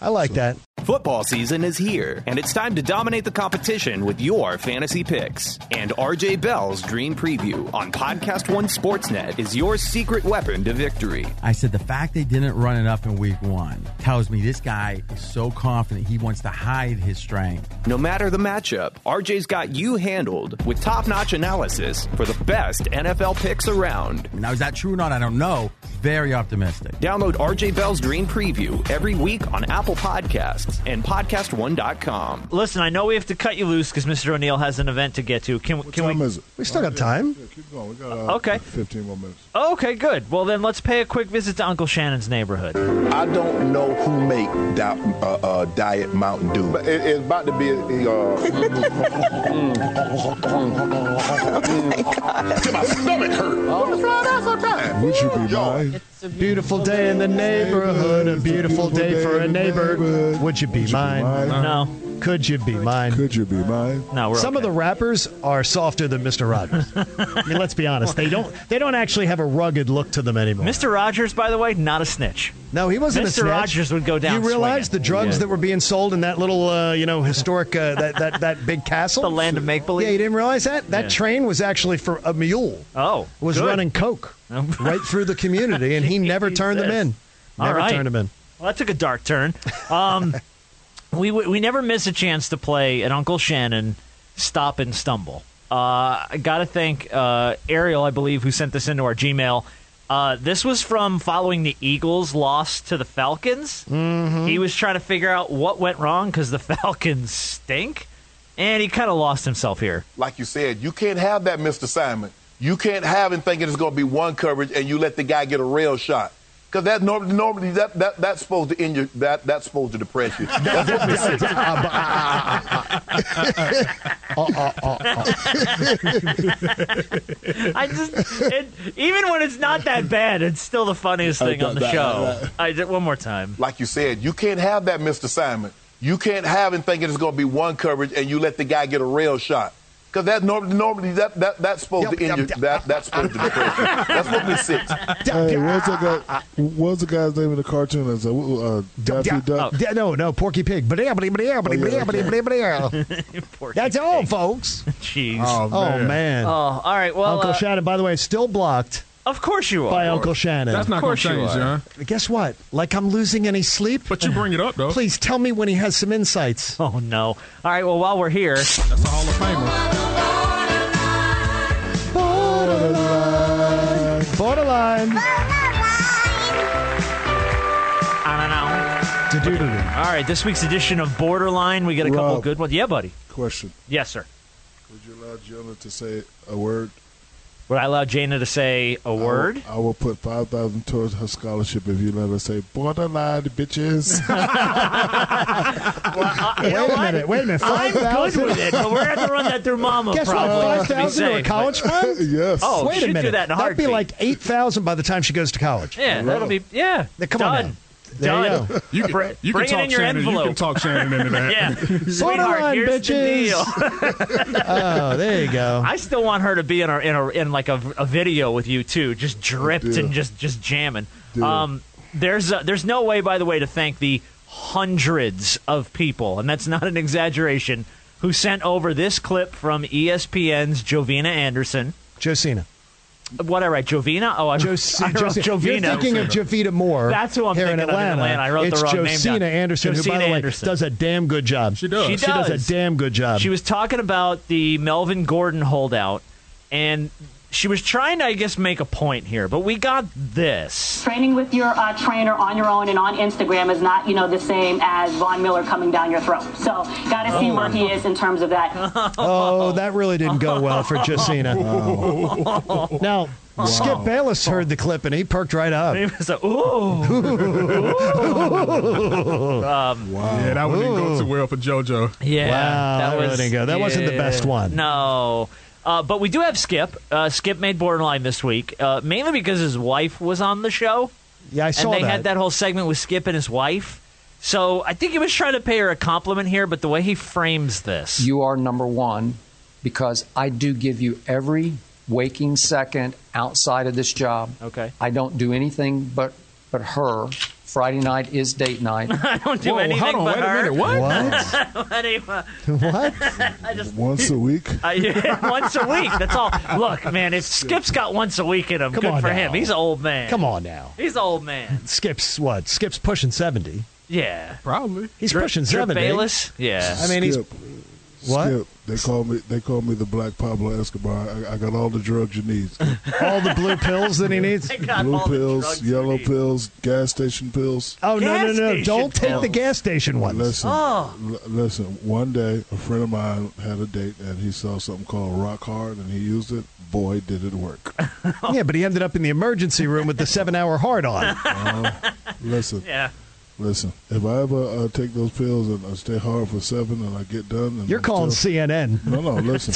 [SPEAKER 6] I like that.
[SPEAKER 1] Football season is here, and it's time to dominate the competition with your fantasy picks. And RJ Bell's Dream Preview on Podcast One Sportsnet is your secret weapon to victory.
[SPEAKER 12] I said the fact they didn't run it up in week one tells me this guy is so confident he wants to hide his strength.
[SPEAKER 1] No matter the matchup, RJ's got you handled with top notch analysis for the best NFL picks around.
[SPEAKER 12] Now, is that true or not? I don't know. Very optimistic.
[SPEAKER 1] Download RJ Bell's Dream Preview every week on Apple Podcasts and PodcastOne.com.
[SPEAKER 8] Listen, I know we have to cut you loose because Mr. O'Neill has an event to get to. Can,
[SPEAKER 4] What
[SPEAKER 8] can
[SPEAKER 4] time
[SPEAKER 8] we?
[SPEAKER 4] is it?
[SPEAKER 6] We still got
[SPEAKER 4] yeah,
[SPEAKER 6] time.
[SPEAKER 4] yeah, keep going. We got uh,
[SPEAKER 8] Okay.
[SPEAKER 4] 15 more minutes.
[SPEAKER 8] Oh, okay, good. Well, then let's pay a quick visit to Uncle Shannon's neighborhood.
[SPEAKER 11] I don't know who make da- uh, uh, Diet Mountain Dew. But it, it's about to be. A, uh, my stomach hurt. What the fly that's on time?
[SPEAKER 4] Would you be
[SPEAKER 11] Y'all,
[SPEAKER 4] mine?
[SPEAKER 6] Beautiful day in the neighborhood, a beautiful day for a neighbor. Would you be mine?
[SPEAKER 8] No,
[SPEAKER 6] Could you be mine?
[SPEAKER 4] Could you be mine?
[SPEAKER 8] no, we're
[SPEAKER 6] Some of
[SPEAKER 8] okay.
[SPEAKER 6] the rappers are softer than Mr. Rogers. I mean, let's be honest; they don't they don't actually have a rugged look to them anymore.
[SPEAKER 8] Mr. Rogers, by the way, not a snitch.
[SPEAKER 6] no, he wasn't a
[SPEAKER 8] Mr.
[SPEAKER 6] snitch.
[SPEAKER 8] Rogers would go down
[SPEAKER 6] You realize
[SPEAKER 8] swinging.
[SPEAKER 6] the drugs
[SPEAKER 8] Yeah.
[SPEAKER 6] that were being sold in that little, uh, you know, historic uh, that, that that big castle,
[SPEAKER 8] The land of make-believe?
[SPEAKER 6] Yeah, you didn't realize that that
[SPEAKER 8] Yeah.
[SPEAKER 6] train was actually for a mule.
[SPEAKER 8] Oh,
[SPEAKER 6] was
[SPEAKER 8] good.
[SPEAKER 6] running coke right through the community, and he never turned them in.
[SPEAKER 8] Jesus. All
[SPEAKER 6] Never
[SPEAKER 8] right.
[SPEAKER 6] turned them in.
[SPEAKER 8] Well, that took a dark turn. Um, we we never miss a chance to play an Uncle Shannon stop and stumble. Uh, I got to thank uh, Ariel, I believe, who sent this into our Gmail. Uh, this was from following the Eagles' loss to the Falcons.
[SPEAKER 6] Mm-hmm.
[SPEAKER 8] He was trying to figure out what went wrong because the Falcons stink, and he kind of lost himself here.
[SPEAKER 11] Like you said, you can't have that, Mr. Simon. You can't have him thinking it's going to be one coverage and you let the guy get a rail shot. Because that normally, normally that, that that's supposed to end your that that's supposed to depress you. That's what this is.
[SPEAKER 8] I just it, even when it's not that bad, it's still the funniest thing on the show. I did one more time.
[SPEAKER 11] Like you said, you can't have that, Mr. Simon. You can't have him thinking it's going to be one coverage and you let the guy get a rail shot. Because that normally, normally that, that that's supposed to end your that that's supposed to depress you. That's what this is.
[SPEAKER 4] Hey, what's the guy? What's the guy's name in the cartoon? That's uh, uh, Daffy Duck.
[SPEAKER 6] Yeah, no, no, Porky Pig. But yeah, but yeah, but yeah, but
[SPEAKER 4] yeah,
[SPEAKER 6] yeah, but yeah, but yeah. That's all, folks.
[SPEAKER 8] Jeez.
[SPEAKER 6] Oh, man.
[SPEAKER 8] Oh, all right. Well,
[SPEAKER 6] Uncle
[SPEAKER 8] uh,
[SPEAKER 6] Shannon, by the way, still blocked.
[SPEAKER 8] Of course you are.
[SPEAKER 6] By Uncle Shannon.
[SPEAKER 9] That's not
[SPEAKER 6] Of
[SPEAKER 9] going
[SPEAKER 6] course
[SPEAKER 9] to
[SPEAKER 6] you
[SPEAKER 9] change,
[SPEAKER 6] are.
[SPEAKER 9] huh?
[SPEAKER 6] Guess what? Like I'm losing any sleep.
[SPEAKER 9] But you bring it up, though.
[SPEAKER 6] Please tell me when he has some insights.
[SPEAKER 8] Oh no. All right. Well, while we're here,
[SPEAKER 9] That's a Hall of Famer.
[SPEAKER 6] Borderline. Borderline.
[SPEAKER 8] I
[SPEAKER 6] Do-do-do-do.
[SPEAKER 8] don't know. All right. This week's edition of Borderline, we get a couple
[SPEAKER 4] Rob.
[SPEAKER 8] of good ones. Yeah, buddy.
[SPEAKER 4] Question:
[SPEAKER 8] Yes, sir.
[SPEAKER 4] Would you allow Jonah to say a word?
[SPEAKER 8] Would I allow Jana to say a
[SPEAKER 6] Oh.
[SPEAKER 8] word?
[SPEAKER 4] I will, I will put five thousand towards her scholarship if you let her say borderline bitches.
[SPEAKER 6] Wait a minute. Wait a minute.
[SPEAKER 8] I'm good
[SPEAKER 6] 5,000?
[SPEAKER 8] with it, but we're gonna have to run that through Mama
[SPEAKER 6] Guess what?
[SPEAKER 8] probably.
[SPEAKER 6] Five
[SPEAKER 8] to be
[SPEAKER 6] thousand or a
[SPEAKER 8] safe.
[SPEAKER 6] college fund?
[SPEAKER 4] yes.
[SPEAKER 8] Oh,
[SPEAKER 6] Wait
[SPEAKER 8] she'd
[SPEAKER 6] a
[SPEAKER 8] do
[SPEAKER 6] minute.
[SPEAKER 8] that in a
[SPEAKER 6] That'd be
[SPEAKER 8] heartbeat.
[SPEAKER 6] like eight thousand by the time she goes to college.
[SPEAKER 8] Yeah, that'll be yeah.
[SPEAKER 6] Now, come on
[SPEAKER 8] done.
[SPEAKER 6] now. There you
[SPEAKER 8] Done.
[SPEAKER 6] go.
[SPEAKER 9] You can,
[SPEAKER 8] Br-
[SPEAKER 9] you
[SPEAKER 8] bring it
[SPEAKER 9] can talk
[SPEAKER 8] in your
[SPEAKER 9] Shannon. You can
[SPEAKER 8] envelope.
[SPEAKER 9] talk Shannon into that.
[SPEAKER 8] Yeah,
[SPEAKER 6] Borderline
[SPEAKER 8] sweetheart, here's
[SPEAKER 6] bitches.
[SPEAKER 8] the deal.
[SPEAKER 6] Oh, there you go.
[SPEAKER 8] I still want her to be in a in, a, in like a, a video with you too, just dripped and just just jamming. Um, there's uh there's no way, by the way, to thank the hundreds of people, and that's not an exaggeration, who sent over this clip from E ESPN's Jovina Anderson.
[SPEAKER 6] Josina.
[SPEAKER 8] What I write, Jovina? Oh, I,
[SPEAKER 6] Jos-
[SPEAKER 8] I wrote
[SPEAKER 6] Jos-
[SPEAKER 8] Jovina.
[SPEAKER 6] You're thinking of Javita Moore.
[SPEAKER 8] That's who I'm
[SPEAKER 6] here in
[SPEAKER 8] thinking of in
[SPEAKER 6] Atlanta.
[SPEAKER 8] Atlanta. I wrote the
[SPEAKER 6] it's
[SPEAKER 8] wrong name down.
[SPEAKER 6] Josina Anderson, who, by
[SPEAKER 8] Josina
[SPEAKER 6] the way,
[SPEAKER 8] Anderson.
[SPEAKER 6] does a damn good job.
[SPEAKER 9] She does.
[SPEAKER 8] She
[SPEAKER 6] She does
[SPEAKER 8] does.
[SPEAKER 6] a damn good job.
[SPEAKER 8] She was talking about the Melvin Gordon holdout, and she was trying to, I guess, make a point here, but we got this.
[SPEAKER 13] Training with your uh, trainer on your own and on Instagram is not, you know, the same as Von Miller coming down your throat. So, got to see where he is in terms of that.
[SPEAKER 6] oh, that really Oh. didn't go well for Josina. Now, Skip Bayless heard the clip and he perked right up.
[SPEAKER 8] It was a, ooh.
[SPEAKER 9] Yeah, that one didn't go too well for JoJo.
[SPEAKER 8] Yeah.
[SPEAKER 6] Wow, that really didn't go. That wasn't the best one.
[SPEAKER 8] No. Uh, but we do have Skip. Uh, Skip made borderline this week, uh, mainly because his wife was on the show.
[SPEAKER 6] Yeah, I saw
[SPEAKER 8] and they
[SPEAKER 6] that.
[SPEAKER 8] had that whole segment with Skip and his wife. So I think he was trying to pay her a compliment here, but the way he frames this.
[SPEAKER 14] you are number one because I do give you every waking second outside of this job.
[SPEAKER 8] Okay.
[SPEAKER 14] I don't do anything but but her. Friday night is date night.
[SPEAKER 8] I don't do
[SPEAKER 9] Whoa,
[SPEAKER 8] anything
[SPEAKER 9] hold on,
[SPEAKER 8] but
[SPEAKER 9] wait a
[SPEAKER 8] her.
[SPEAKER 9] minute, what?
[SPEAKER 6] What?
[SPEAKER 8] I don't even-
[SPEAKER 6] what?
[SPEAKER 8] I just
[SPEAKER 4] Once a week.
[SPEAKER 8] Uh, yeah, once a week. That's all. Look, man, if Skip's got once a week in him,
[SPEAKER 6] Come
[SPEAKER 8] good
[SPEAKER 6] on
[SPEAKER 8] for
[SPEAKER 6] now.
[SPEAKER 8] him. He's an old man.
[SPEAKER 6] Come on now.
[SPEAKER 8] He's an old man.
[SPEAKER 6] Skip's what? Skip's pushing 70.
[SPEAKER 8] Yeah.
[SPEAKER 9] Probably.
[SPEAKER 6] He's
[SPEAKER 8] Drip-
[SPEAKER 6] pushing
[SPEAKER 8] Drip
[SPEAKER 6] 70.
[SPEAKER 8] Bayless? Yeah.
[SPEAKER 6] I mean, he's.
[SPEAKER 4] Skip.
[SPEAKER 6] What?
[SPEAKER 4] Skip. They call me. They call me the Black Pablo Escobar. I, I got all the drugs you need:
[SPEAKER 6] All the blue pills that he needs?
[SPEAKER 8] I got
[SPEAKER 4] blue
[SPEAKER 8] all the drugs
[SPEAKER 4] pills,
[SPEAKER 8] we
[SPEAKER 4] yellow
[SPEAKER 8] need.
[SPEAKER 4] pills, gas station pills.
[SPEAKER 6] Oh, no, no,
[SPEAKER 8] Gas
[SPEAKER 6] no.
[SPEAKER 8] station
[SPEAKER 6] Don't take the
[SPEAKER 8] pills.
[SPEAKER 6] gas station ones.
[SPEAKER 4] Listen,
[SPEAKER 8] Oh.
[SPEAKER 4] l- listen. One day, a friend of mine had a date, and he saw something called Rock Hard, and he used it. Boy, did it work!
[SPEAKER 6] Yeah, but he ended up in the emergency room with the seven hour hard on.
[SPEAKER 4] listen,
[SPEAKER 8] Yeah.
[SPEAKER 4] listen. If I ever uh, take those pills and I stay hard for seven, and I get done, and
[SPEAKER 6] You're
[SPEAKER 4] I'm
[SPEAKER 6] calling
[SPEAKER 4] still-
[SPEAKER 6] CNN.
[SPEAKER 4] No, no, listen.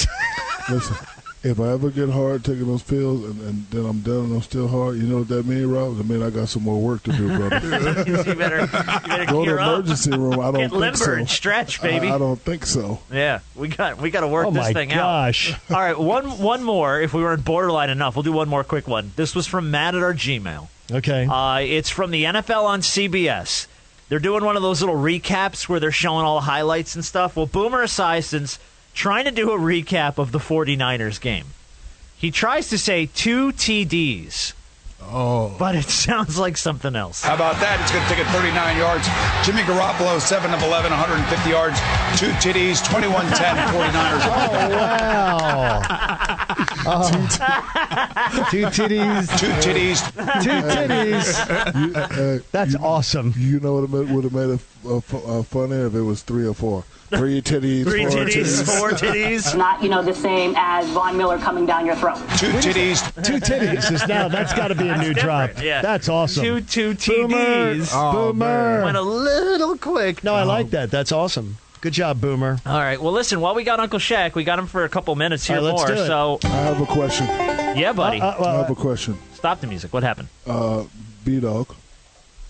[SPEAKER 4] listen. If I ever get hard taking those pills and, and then I'm done and I'm still hard, you know what that means, Rob? That means I got some more work to do, brother.
[SPEAKER 8] you better, you better
[SPEAKER 4] Go to
[SPEAKER 8] gear up.
[SPEAKER 4] emergency room. I don't
[SPEAKER 8] Get
[SPEAKER 4] think
[SPEAKER 8] limber
[SPEAKER 4] so.
[SPEAKER 8] and stretch,
[SPEAKER 4] I-
[SPEAKER 8] baby.
[SPEAKER 4] I, don't think so.
[SPEAKER 8] yeah, we got we got to work
[SPEAKER 6] Oh,
[SPEAKER 8] this
[SPEAKER 6] my
[SPEAKER 8] thing
[SPEAKER 6] gosh.
[SPEAKER 8] out. All right, one one more. If we weren't borderline enough, we'll do one more quick one. This was from Matt at our Gmail.
[SPEAKER 6] Okay.
[SPEAKER 8] Uh, it's from the NFL on CBS. They're doing one of those little recaps where they're showing all the highlights and stuff. Well, Boomer Esiason's trying to do a recap of the 49ers game. He tries to say two TDs,
[SPEAKER 9] Oh.
[SPEAKER 8] but it sounds like something else.
[SPEAKER 15] How about that? It's going to take it 39 yards. Jimmy Garoppolo, 7 of 11, 150 yards, two TDs, 21 10, 49ers.
[SPEAKER 6] wow. Um, two titties.
[SPEAKER 15] Two titties.
[SPEAKER 6] Two titties.
[SPEAKER 4] You- uh,
[SPEAKER 6] That's awesome.
[SPEAKER 4] You know what it would have made a, f- a f- a fun end if it was three or four. Three titties.
[SPEAKER 8] Three
[SPEAKER 4] four
[SPEAKER 8] titties, four
[SPEAKER 13] It's
[SPEAKER 8] titties.
[SPEAKER 13] not, you know, the same as Von Miller coming down your throat.
[SPEAKER 15] Two titties.
[SPEAKER 6] Two titties is now. That's got to be a
[SPEAKER 8] That's
[SPEAKER 6] new
[SPEAKER 8] different,
[SPEAKER 6] drop.
[SPEAKER 8] yeah.
[SPEAKER 6] That's awesome.
[SPEAKER 8] Two two
[SPEAKER 6] Boomer.
[SPEAKER 8] TDs.
[SPEAKER 4] Oh,
[SPEAKER 6] Boomer.
[SPEAKER 8] Went a little quick.
[SPEAKER 6] No, I like that. That's awesome. Good job, Boomer.
[SPEAKER 8] All right. Well, listen. While we got Uncle Shaq, we got him for a couple minutes here
[SPEAKER 6] All right, let's
[SPEAKER 8] more.
[SPEAKER 6] do it.
[SPEAKER 8] So
[SPEAKER 4] I have a question.
[SPEAKER 8] yeah, buddy.
[SPEAKER 6] Uh,
[SPEAKER 4] I
[SPEAKER 6] well,
[SPEAKER 4] have a question.
[SPEAKER 8] Stop the music. What happened?
[SPEAKER 4] Uh, B Dog,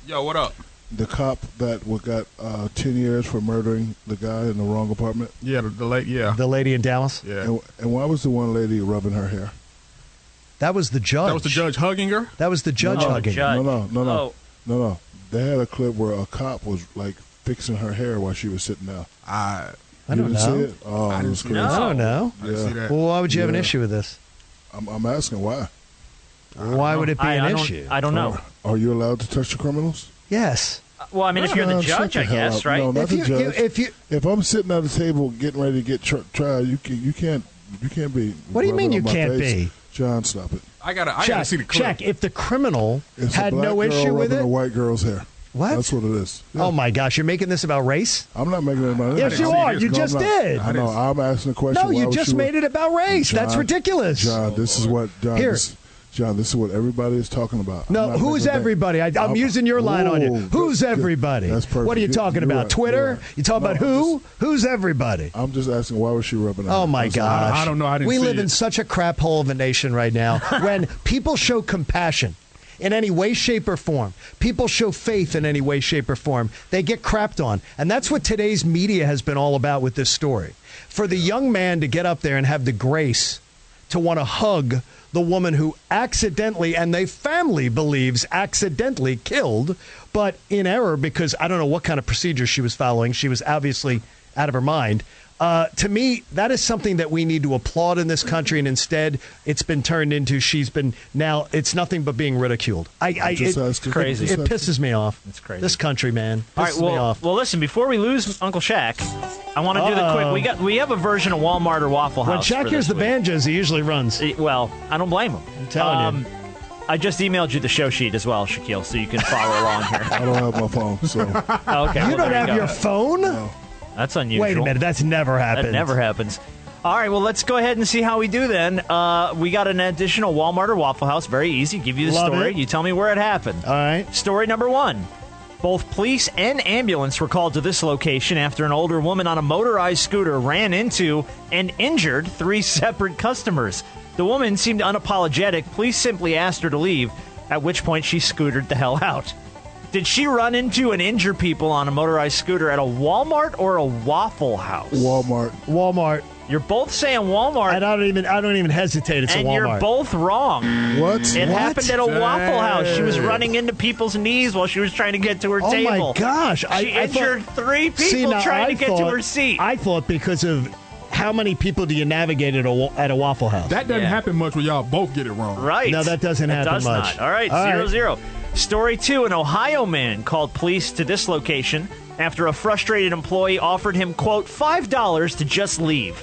[SPEAKER 9] Yo, what up?
[SPEAKER 4] the cop that wa- got uh, 10 years for murdering the guy in the wrong apartment.
[SPEAKER 9] Yeah, the, the late. Yeah,
[SPEAKER 6] the lady in Dallas.
[SPEAKER 9] yeah.
[SPEAKER 4] And, and why was the one lady rubbing her hair?
[SPEAKER 6] That was the judge.
[SPEAKER 9] That was the judge hugging her.
[SPEAKER 6] That was the judge
[SPEAKER 4] no,
[SPEAKER 6] hugging.
[SPEAKER 8] Oh, judge.
[SPEAKER 4] No, no, no, no.
[SPEAKER 8] Oh.
[SPEAKER 4] No, no. They had a clip where a cop was like fixing her hair while she was sitting down.
[SPEAKER 9] I
[SPEAKER 6] I
[SPEAKER 4] you
[SPEAKER 6] don't
[SPEAKER 4] didn't
[SPEAKER 6] know.
[SPEAKER 4] see it? Oh,
[SPEAKER 9] I
[SPEAKER 4] it
[SPEAKER 9] didn't
[SPEAKER 4] was
[SPEAKER 9] see
[SPEAKER 4] crazy.
[SPEAKER 9] that.
[SPEAKER 6] I don't know.
[SPEAKER 9] I didn't see that.
[SPEAKER 6] Well, why would you have an
[SPEAKER 4] Yeah.
[SPEAKER 6] issue with this?
[SPEAKER 4] I'm, I'm asking why.
[SPEAKER 6] Why would it be
[SPEAKER 8] I,
[SPEAKER 6] an
[SPEAKER 8] I don't,
[SPEAKER 6] issue?
[SPEAKER 8] I don't know.
[SPEAKER 4] Are you allowed to touch the criminals?
[SPEAKER 6] yes.
[SPEAKER 8] Well, I mean, if you're the
[SPEAKER 6] Oh,
[SPEAKER 4] Uh,
[SPEAKER 8] judge,
[SPEAKER 4] shut
[SPEAKER 8] I
[SPEAKER 4] the hell
[SPEAKER 8] guess,
[SPEAKER 4] up.
[SPEAKER 8] right?
[SPEAKER 4] No, not
[SPEAKER 6] If
[SPEAKER 4] the
[SPEAKER 6] you-
[SPEAKER 4] judge.
[SPEAKER 6] you- if you-
[SPEAKER 4] if I'm sitting at the table getting ready to get tri- tried, you can, you can't you can't be.
[SPEAKER 6] What do you mean
[SPEAKER 4] rubbing
[SPEAKER 6] you
[SPEAKER 4] on my
[SPEAKER 6] can't
[SPEAKER 4] face.
[SPEAKER 6] be?
[SPEAKER 4] John, stop it.
[SPEAKER 9] I gotta. I gotta
[SPEAKER 6] Check.
[SPEAKER 9] see the clip.
[SPEAKER 6] Check. If the criminal
[SPEAKER 4] It's
[SPEAKER 6] had
[SPEAKER 4] a black
[SPEAKER 6] no
[SPEAKER 4] girl
[SPEAKER 6] issue with
[SPEAKER 4] rubbing
[SPEAKER 6] it.
[SPEAKER 4] a white girl's hair.
[SPEAKER 6] What?
[SPEAKER 4] That's what it is. Yeah.
[SPEAKER 6] Oh my gosh! You're making this about race.
[SPEAKER 4] I'm not making it about
[SPEAKER 6] Yes,
[SPEAKER 4] anything.
[SPEAKER 6] you
[SPEAKER 4] I'm-
[SPEAKER 6] are. You
[SPEAKER 4] I'm
[SPEAKER 6] just
[SPEAKER 4] not-
[SPEAKER 6] did.
[SPEAKER 4] I know. I'm asking a question.
[SPEAKER 6] No,
[SPEAKER 4] Why
[SPEAKER 6] you
[SPEAKER 4] would
[SPEAKER 6] just
[SPEAKER 4] you
[SPEAKER 6] made it about race. That's
[SPEAKER 4] John-
[SPEAKER 6] ridiculous.
[SPEAKER 4] John, this is what John.
[SPEAKER 6] Here.
[SPEAKER 4] This, John, this is what everybody is talking about. I'm
[SPEAKER 6] No,
[SPEAKER 4] not
[SPEAKER 6] who's
[SPEAKER 4] making a thing.
[SPEAKER 6] everybody? I, I'm using your line on you.
[SPEAKER 4] Whoa,
[SPEAKER 6] Who's
[SPEAKER 4] good, good.
[SPEAKER 6] everybody?
[SPEAKER 4] That's perfect.
[SPEAKER 6] What are you
[SPEAKER 4] You're-
[SPEAKER 6] talking
[SPEAKER 4] you're
[SPEAKER 6] about?
[SPEAKER 4] right,
[SPEAKER 6] Twitter?
[SPEAKER 4] you're right.
[SPEAKER 6] You talking
[SPEAKER 4] No,
[SPEAKER 6] about
[SPEAKER 4] I'm
[SPEAKER 6] who?
[SPEAKER 4] just-
[SPEAKER 6] who's everybody?
[SPEAKER 4] I'm just asking why was she rubbing? her
[SPEAKER 6] Oh
[SPEAKER 4] hair?
[SPEAKER 6] my
[SPEAKER 4] That's all.
[SPEAKER 6] gosh!
[SPEAKER 9] I don't know. I didn't
[SPEAKER 6] We
[SPEAKER 9] see
[SPEAKER 6] live in
[SPEAKER 9] it.
[SPEAKER 6] such a crap hole of a nation right now. when people show compassion in any way, shape, or form, people show faith in any way, shape, or form. They get crapped on, and that's what today's media has been all about with this story. For the young man to get up there and have the grace to want to hug the woman who accidentally and they family believes accidentally killed but in error because i don't know what kind of procedure she was following she was obviously out of her mind uh, to me that is something that we need to applaud in this country and instead it's been turned into she's been now it's nothing but being ridiculed i, I
[SPEAKER 4] Just
[SPEAKER 6] it,
[SPEAKER 4] asking.
[SPEAKER 6] it-
[SPEAKER 8] Crazy.
[SPEAKER 6] it pisses me off
[SPEAKER 8] It's crazy.
[SPEAKER 6] this country man pisses
[SPEAKER 8] All right,
[SPEAKER 6] me
[SPEAKER 8] well,
[SPEAKER 6] off
[SPEAKER 8] well, listen. Before we lose Uncle Shaq, I want to do the quick.
[SPEAKER 6] Uh-oh.
[SPEAKER 8] We got we have a version of Walmart or Waffle
[SPEAKER 6] when
[SPEAKER 8] House.
[SPEAKER 6] Oh. Shaq
[SPEAKER 8] for
[SPEAKER 6] hears the
[SPEAKER 8] this week.
[SPEAKER 6] banjos he usually runs
[SPEAKER 8] Eh, Well, I don't blame him. I'm
[SPEAKER 6] telling you.
[SPEAKER 8] I just emailed you the show sheet as well, Shaquille, so you can follow along here.
[SPEAKER 4] I don't have my phone, so.
[SPEAKER 8] Okay, well,
[SPEAKER 6] you
[SPEAKER 8] there
[SPEAKER 6] don't have
[SPEAKER 8] go.
[SPEAKER 6] your phone
[SPEAKER 8] That's unusual.
[SPEAKER 6] wait a minute that's never happened
[SPEAKER 8] That never happens. All right, well, let's go ahead and see how we do then. Uh, we got an additional Walmart or Waffle House. Very easy. Give you the
[SPEAKER 6] Love
[SPEAKER 8] story.
[SPEAKER 6] it.
[SPEAKER 8] You tell me where it happened.
[SPEAKER 6] all right
[SPEAKER 8] Story number one. Both police and ambulance were called to this location after an older woman on a motorized scooter ran into and injured three separate customers. The woman seemed unapologetic. Police simply asked her to leave, at which point she scootered the hell out. Did she run into and injure people on a motorized scooter at a Walmart or a Waffle House?
[SPEAKER 4] Walmart.
[SPEAKER 6] Walmart.
[SPEAKER 8] You're both saying Walmart,
[SPEAKER 6] And I don't even I don't even hesitate. It's
[SPEAKER 8] and
[SPEAKER 6] a Walmart.
[SPEAKER 8] you're both wrong.
[SPEAKER 4] What?
[SPEAKER 8] It
[SPEAKER 4] What?
[SPEAKER 8] happened at a Waffle House. She was
[SPEAKER 9] Dang.
[SPEAKER 8] running into people's knees while she was trying to get to her
[SPEAKER 6] oh
[SPEAKER 8] table.
[SPEAKER 6] my gosh! I,
[SPEAKER 8] She
[SPEAKER 6] I
[SPEAKER 8] injured
[SPEAKER 6] thought,
[SPEAKER 8] three people
[SPEAKER 6] See, now
[SPEAKER 8] trying
[SPEAKER 6] I
[SPEAKER 8] to get to
[SPEAKER 6] thought-
[SPEAKER 8] her seat.
[SPEAKER 6] I thought because of how many people do you navigate at a wa- at a Waffle House?
[SPEAKER 9] That doesn't
[SPEAKER 8] Yeah.
[SPEAKER 9] happen much when y'all both get it wrong.
[SPEAKER 8] right.
[SPEAKER 6] No, that doesn't
[SPEAKER 8] It
[SPEAKER 6] happen
[SPEAKER 8] does
[SPEAKER 6] much.
[SPEAKER 8] Not. All right,
[SPEAKER 6] All
[SPEAKER 8] zero
[SPEAKER 6] right.
[SPEAKER 8] zero. Story two: An Ohio man called police to this location after a frustrated employee offered him quote five dollars to just leave.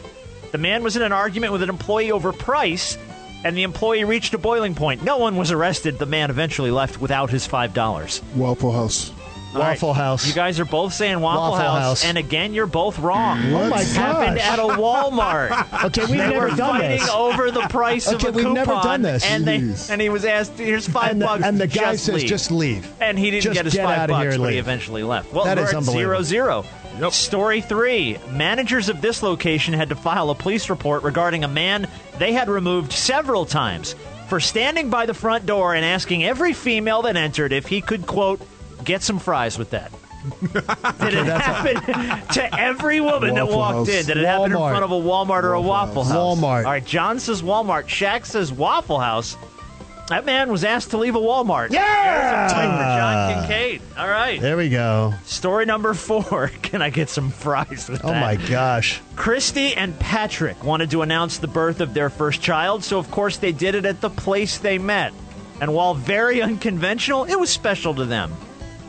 [SPEAKER 8] The man was in an argument with an employee over price, and the employee reached a boiling point. No one was arrested. The man eventually left without his five dollars.
[SPEAKER 4] Waffle House.
[SPEAKER 6] Waffle House.
[SPEAKER 8] You guys are both saying Waffle,
[SPEAKER 6] Waffle
[SPEAKER 8] House,
[SPEAKER 6] House.
[SPEAKER 8] and again, you're both wrong.
[SPEAKER 6] What? Oh my
[SPEAKER 8] Happened
[SPEAKER 6] gosh.
[SPEAKER 8] at a Walmart.
[SPEAKER 6] Okay, we've
[SPEAKER 8] they
[SPEAKER 6] never
[SPEAKER 8] were
[SPEAKER 6] done
[SPEAKER 8] fighting
[SPEAKER 6] this.
[SPEAKER 8] over the price
[SPEAKER 6] Okay,
[SPEAKER 8] of a
[SPEAKER 6] we've
[SPEAKER 8] coupon,
[SPEAKER 6] never done this.
[SPEAKER 8] and they
[SPEAKER 4] Jeez.
[SPEAKER 8] and he was asked, "Here's five
[SPEAKER 6] and, the,
[SPEAKER 8] bucks."
[SPEAKER 6] and the guy
[SPEAKER 8] just
[SPEAKER 6] says,
[SPEAKER 8] leave."
[SPEAKER 6] "Just leave."
[SPEAKER 8] And he didn't
[SPEAKER 6] Just
[SPEAKER 8] get his five
[SPEAKER 6] out of
[SPEAKER 8] bucks,
[SPEAKER 6] here and
[SPEAKER 8] but he
[SPEAKER 6] leave.
[SPEAKER 8] eventually left. Well,
[SPEAKER 6] That
[SPEAKER 8] we're
[SPEAKER 6] is
[SPEAKER 8] at
[SPEAKER 6] unbelievable.
[SPEAKER 8] zero zero.
[SPEAKER 9] Yep.
[SPEAKER 8] Story three: Managers of this location had to file a police report regarding a man they had removed several times for standing by the front door and asking every female that entered if he could quote get some fries with that. Did it happen to every woman that
[SPEAKER 4] Waffle
[SPEAKER 8] walked in?
[SPEAKER 4] House.
[SPEAKER 8] Did it happen in
[SPEAKER 6] Walmart.
[SPEAKER 8] front of a Walmart or a
[SPEAKER 4] Waffle
[SPEAKER 8] Waffle
[SPEAKER 4] House.
[SPEAKER 8] House?
[SPEAKER 6] Walmart.
[SPEAKER 8] All right, John says Walmart. Shaq says Waffle House. That man was asked to leave a Walmart.
[SPEAKER 6] Yeah! Ah.
[SPEAKER 8] There's a point for John Kincaid. All right.
[SPEAKER 6] There we go.
[SPEAKER 8] Story number four. Can I get some fries with
[SPEAKER 6] Oh
[SPEAKER 8] that?
[SPEAKER 6] my gosh!
[SPEAKER 8] Christy and Patrick wanted to announce the birth of their first child, so of course they did it at the place they met. And while very unconventional, it was special to them.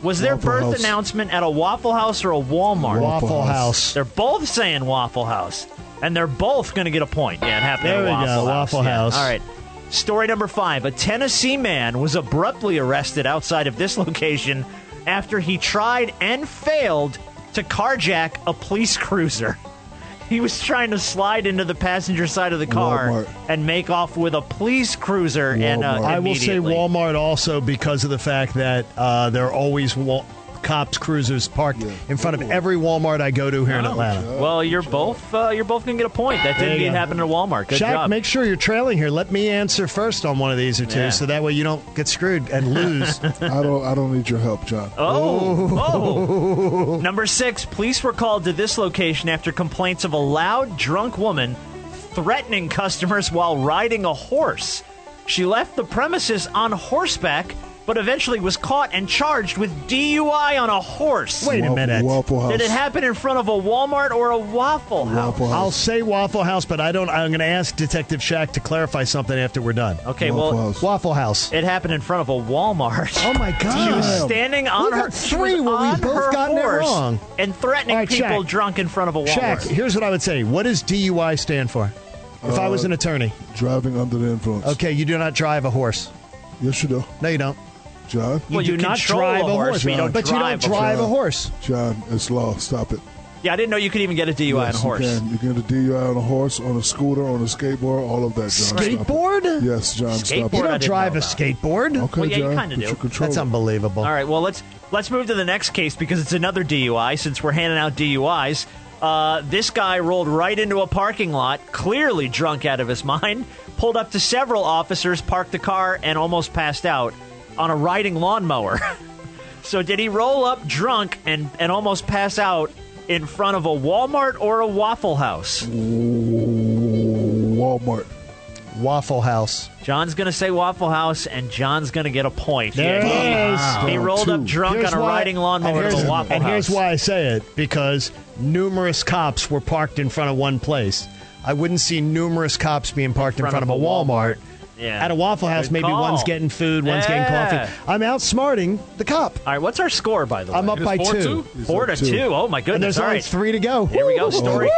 [SPEAKER 8] Was their
[SPEAKER 4] Waffle
[SPEAKER 8] birth
[SPEAKER 4] House.
[SPEAKER 8] announcement at a Waffle House or a Walmart?
[SPEAKER 6] Waffle,
[SPEAKER 4] Waffle
[SPEAKER 6] House.
[SPEAKER 4] House.
[SPEAKER 8] They're both saying Waffle House. and they're both going to get a point. Yeah, it happened
[SPEAKER 6] There
[SPEAKER 8] at
[SPEAKER 6] we
[SPEAKER 8] Waffle
[SPEAKER 6] go,
[SPEAKER 8] House.
[SPEAKER 6] Waffle
[SPEAKER 8] Yeah.
[SPEAKER 6] House.
[SPEAKER 8] All right. Story number five: A Tennessee man was abruptly arrested outside of this location after he tried and failed to carjack a police cruiser. He was trying to slide into the passenger side of the car
[SPEAKER 6] Walmart.
[SPEAKER 8] and make off with a police cruiser. And uh,
[SPEAKER 6] I will say
[SPEAKER 8] immediately.
[SPEAKER 6] Walmart also because of the fact that uh, there are always wa- cops cruisers parked in front of every Walmart I go to here in Atlanta.
[SPEAKER 8] Well, you're both uh, you're both gonna get a point. That
[SPEAKER 6] There
[SPEAKER 8] did
[SPEAKER 6] you
[SPEAKER 8] indeed
[SPEAKER 6] go.
[SPEAKER 8] happen at Walmart. Good
[SPEAKER 6] Shaq,
[SPEAKER 8] job.
[SPEAKER 6] make sure you're trailing here. Let me answer first on one of these or two,
[SPEAKER 8] Yeah.
[SPEAKER 6] so that way you don't get screwed and lose.
[SPEAKER 4] I don't. I don't need your help, John.
[SPEAKER 8] Oh, oh. Number six, police were called to this location after complaints of a loud, drunk woman threatening customers while riding a horse. She left the premises on horseback, but eventually was caught and charged with DUI on a horse.
[SPEAKER 6] Wait a Waffle- minute. Waffle House.
[SPEAKER 8] Did it happen in front of a Walmart or a Waffle House?
[SPEAKER 6] I'll say Waffle House, but I don't. I'm going to ask Detective Shaq to clarify something after we're done.
[SPEAKER 8] Okay, well- Waffle House.
[SPEAKER 6] Waffle House.
[SPEAKER 8] It happened in front of a Walmart.
[SPEAKER 6] Oh my God!
[SPEAKER 8] She was standing on
[SPEAKER 6] we
[SPEAKER 8] her
[SPEAKER 6] got
[SPEAKER 8] she
[SPEAKER 6] three
[SPEAKER 8] was
[SPEAKER 6] where we
[SPEAKER 8] on her
[SPEAKER 6] both gotten it
[SPEAKER 8] horse
[SPEAKER 6] wrong.
[SPEAKER 8] and threatening
[SPEAKER 6] All right,
[SPEAKER 8] people
[SPEAKER 6] Shaq.
[SPEAKER 8] drunk in front of a Walmart.
[SPEAKER 6] Shaq, here's what I would say. What does DUI stand for? If I was
[SPEAKER 4] Uh,
[SPEAKER 6] an attorney,
[SPEAKER 4] Driving under the influence.
[SPEAKER 6] okay, you do not drive a horse.
[SPEAKER 4] Yes, you do.
[SPEAKER 6] No, you don't.
[SPEAKER 4] John.
[SPEAKER 6] You Well, do you not control drive a a horse, horse, but you don't
[SPEAKER 4] John.
[SPEAKER 6] drive a horse.
[SPEAKER 4] John, it's law. Stop it.
[SPEAKER 8] Yeah, I didn't know you could even get a DUI on a
[SPEAKER 4] Yes,
[SPEAKER 8] horse.
[SPEAKER 4] You can. You can get a DUI on a horse, on a scooter, on a skateboard, all of that, John. Skateboard? Yes, John. Stop it.
[SPEAKER 6] You don't drive a skateboard.
[SPEAKER 4] Okay,
[SPEAKER 8] well, yeah,
[SPEAKER 4] John.
[SPEAKER 8] you kind of
[SPEAKER 4] but you
[SPEAKER 8] do.
[SPEAKER 4] control it.
[SPEAKER 6] unbelievable.
[SPEAKER 8] All right, well let's let's move to the next case because it's another DUI. Since we're handing out DUIs, uh, this guy rolled right into a parking lot, clearly drunk out of his mind. Pulled up to several officers, parked the car, and almost passed out on a riding lawnmower. so did he roll up drunk and and almost pass out in front of a Walmart or a Waffle House?
[SPEAKER 4] Walmart.
[SPEAKER 6] Waffle House.
[SPEAKER 8] John's gonna say Waffle House, and John's gonna get a point.
[SPEAKER 6] There
[SPEAKER 8] he,
[SPEAKER 6] it is.
[SPEAKER 8] he rolled up
[SPEAKER 6] Two.
[SPEAKER 8] drunk
[SPEAKER 6] Here's
[SPEAKER 8] on a
[SPEAKER 6] why-
[SPEAKER 8] riding
[SPEAKER 6] and
[SPEAKER 8] lawnmower to
[SPEAKER 6] here's-
[SPEAKER 8] a Waffle
[SPEAKER 6] And here's
[SPEAKER 8] House.
[SPEAKER 6] why I say it because numerous cops were parked in front of one place. I wouldn't see numerous cops being parked in front, of, a Walmart.
[SPEAKER 8] Yeah.
[SPEAKER 6] At a Waffle House,
[SPEAKER 8] Good
[SPEAKER 6] maybe
[SPEAKER 8] call.
[SPEAKER 6] one's getting food, one's getting
[SPEAKER 8] Yeah.
[SPEAKER 6] coffee. I'm outsmarting the cop.
[SPEAKER 8] All right, what's our score by the way?
[SPEAKER 6] I'm up by two.
[SPEAKER 8] Four to two. Oh my goodness!
[SPEAKER 6] And there's
[SPEAKER 8] All
[SPEAKER 6] only
[SPEAKER 8] right.
[SPEAKER 6] three to go.
[SPEAKER 8] Here we go.
[SPEAKER 6] Woo!
[SPEAKER 8] Story.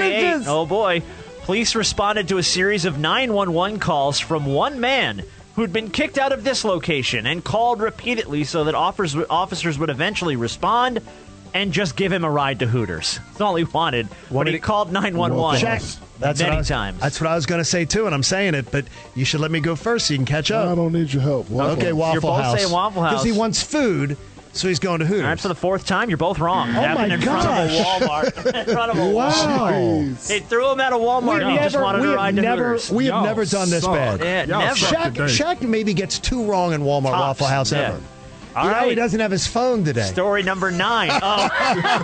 [SPEAKER 6] There it
[SPEAKER 8] eight.
[SPEAKER 6] is.
[SPEAKER 8] Oh boy. Police responded to a series of 911 calls from one man who'd been kicked out of this location and called repeatedly so that offers, officers would eventually respond and just give him a ride to Hooters. That's all he wanted. but he called 911
[SPEAKER 6] Check. That's what I
[SPEAKER 8] many
[SPEAKER 6] was-
[SPEAKER 8] times.
[SPEAKER 6] That's what I was going to say too, and I'm saying it, but you should let me go first so you can catch up. I
[SPEAKER 4] don't need your help.
[SPEAKER 6] okay,
[SPEAKER 8] House.
[SPEAKER 6] Waffle
[SPEAKER 8] You're both
[SPEAKER 6] House.
[SPEAKER 8] saying Waffle
[SPEAKER 6] Because he
[SPEAKER 8] House.
[SPEAKER 6] wants food, so he's going to Hooters.
[SPEAKER 8] All right, for the fourth time, you're both wrong. It
[SPEAKER 6] Oh,
[SPEAKER 8] happened
[SPEAKER 6] my
[SPEAKER 8] in front of a
[SPEAKER 6] gosh.
[SPEAKER 8] Walmart. in front of a
[SPEAKER 6] Wow.
[SPEAKER 8] Walmart.
[SPEAKER 6] Jeez.
[SPEAKER 8] They threw him out of Walmart and he just wanted
[SPEAKER 6] we
[SPEAKER 8] to
[SPEAKER 6] have
[SPEAKER 8] ride to
[SPEAKER 6] never-
[SPEAKER 8] Hooters.
[SPEAKER 6] we have never done this bad.
[SPEAKER 8] Yeah, never.
[SPEAKER 6] Shaq, Shaq maybe gets two wrong in Walmart
[SPEAKER 8] Tops.
[SPEAKER 6] Waffle House
[SPEAKER 8] Yeah.
[SPEAKER 6] ever.
[SPEAKER 8] All
[SPEAKER 6] you know, he
[SPEAKER 8] right.
[SPEAKER 6] doesn't have his phone today.
[SPEAKER 8] Story number nine.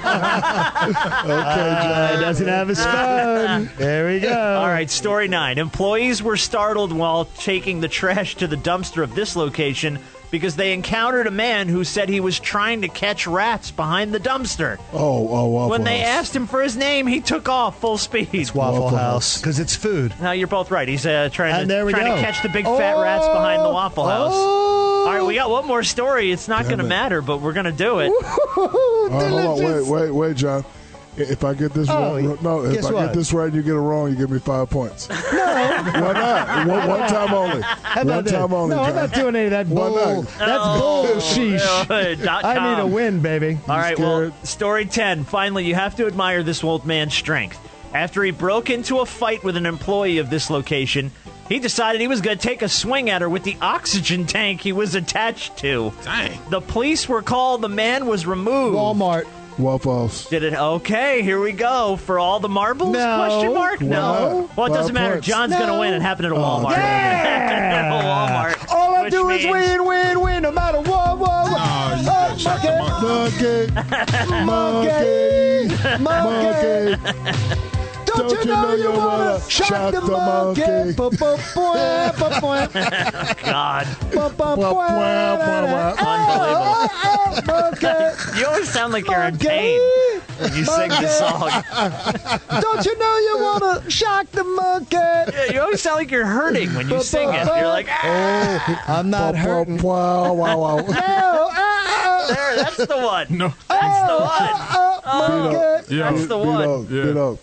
[SPEAKER 8] Oh.
[SPEAKER 6] Uh, he doesn't have his phone. there we go.
[SPEAKER 8] All right, story nine. Employees were startled while taking the trash to the dumpster of this location because they encountered a man who said he was trying to catch rats behind the dumpster.
[SPEAKER 4] Oh, oh, Waffle
[SPEAKER 8] when they
[SPEAKER 4] House.
[SPEAKER 8] asked him for his name, he took off full speed. It's
[SPEAKER 6] Waffle, House because it's food.
[SPEAKER 8] No, you're both right. He's uh, trying,
[SPEAKER 6] And
[SPEAKER 8] to,
[SPEAKER 6] there we
[SPEAKER 8] trying
[SPEAKER 6] go.
[SPEAKER 8] to catch the big fat rats behind the Waffle
[SPEAKER 6] Oh.
[SPEAKER 8] House. All right, we got one more story. It's not going to matter, but we're going to do it.
[SPEAKER 4] All right, hold on. Wait, wait, wait, John. I- If I get this
[SPEAKER 8] Oh,
[SPEAKER 4] wrong, no. If
[SPEAKER 8] guess
[SPEAKER 4] I
[SPEAKER 8] what?
[SPEAKER 4] get this right, and you get it wrong. You give me five points. No, why not? One, one time only.
[SPEAKER 6] How about
[SPEAKER 4] one
[SPEAKER 6] that?
[SPEAKER 4] time only.
[SPEAKER 6] No, I'm
[SPEAKER 4] John.
[SPEAKER 6] not doing any of that bull. That's
[SPEAKER 8] Oh,
[SPEAKER 6] bull. Sheesh.
[SPEAKER 8] dot
[SPEAKER 6] I
[SPEAKER 8] com.
[SPEAKER 6] need a win, baby.
[SPEAKER 8] All right, well, story 10. Finally, you have to admire this old man's strength. After he broke into a fight with an employee of this location, he decided he was going to take a swing at her with the oxygen tank he was attached to. Dang. The police were called. The man was removed.
[SPEAKER 6] Walmart.
[SPEAKER 4] Waffle House.
[SPEAKER 8] Did it? Okay, here we go. For all the marbles?
[SPEAKER 6] No.
[SPEAKER 8] Question mark? No.
[SPEAKER 6] Why?
[SPEAKER 8] Well, it
[SPEAKER 6] Five
[SPEAKER 8] doesn't matter.
[SPEAKER 6] points.
[SPEAKER 8] John's going to
[SPEAKER 6] No.
[SPEAKER 8] win. It happened at a Walmart. It happened at a Walmart.
[SPEAKER 6] All I
[SPEAKER 8] Which
[SPEAKER 6] do is
[SPEAKER 8] means-
[SPEAKER 6] win, win, win, no matter what, what, what. Oh,
[SPEAKER 4] monkey,
[SPEAKER 6] monkey, monkey, Don't, you know, you wanna shock, the, monkey? Ba, ba, boy, ba, boy.
[SPEAKER 8] God.
[SPEAKER 6] Ba, ba, boy, da, da, da. Oh, oh, oh, monkey.
[SPEAKER 8] You always sound like you're in pain when you sing this song.
[SPEAKER 6] Don't you know you wanna shock the monkey? Yeah,
[SPEAKER 8] you always sound like you're hurting when you sing it. You're like,
[SPEAKER 6] oh, I'm not hurting.
[SPEAKER 4] Wow, wow, wow.
[SPEAKER 8] there, that's the one. No.
[SPEAKER 6] Oh.
[SPEAKER 8] Oh,
[SPEAKER 4] That's the one.
[SPEAKER 8] that's the one.
[SPEAKER 4] Beat up.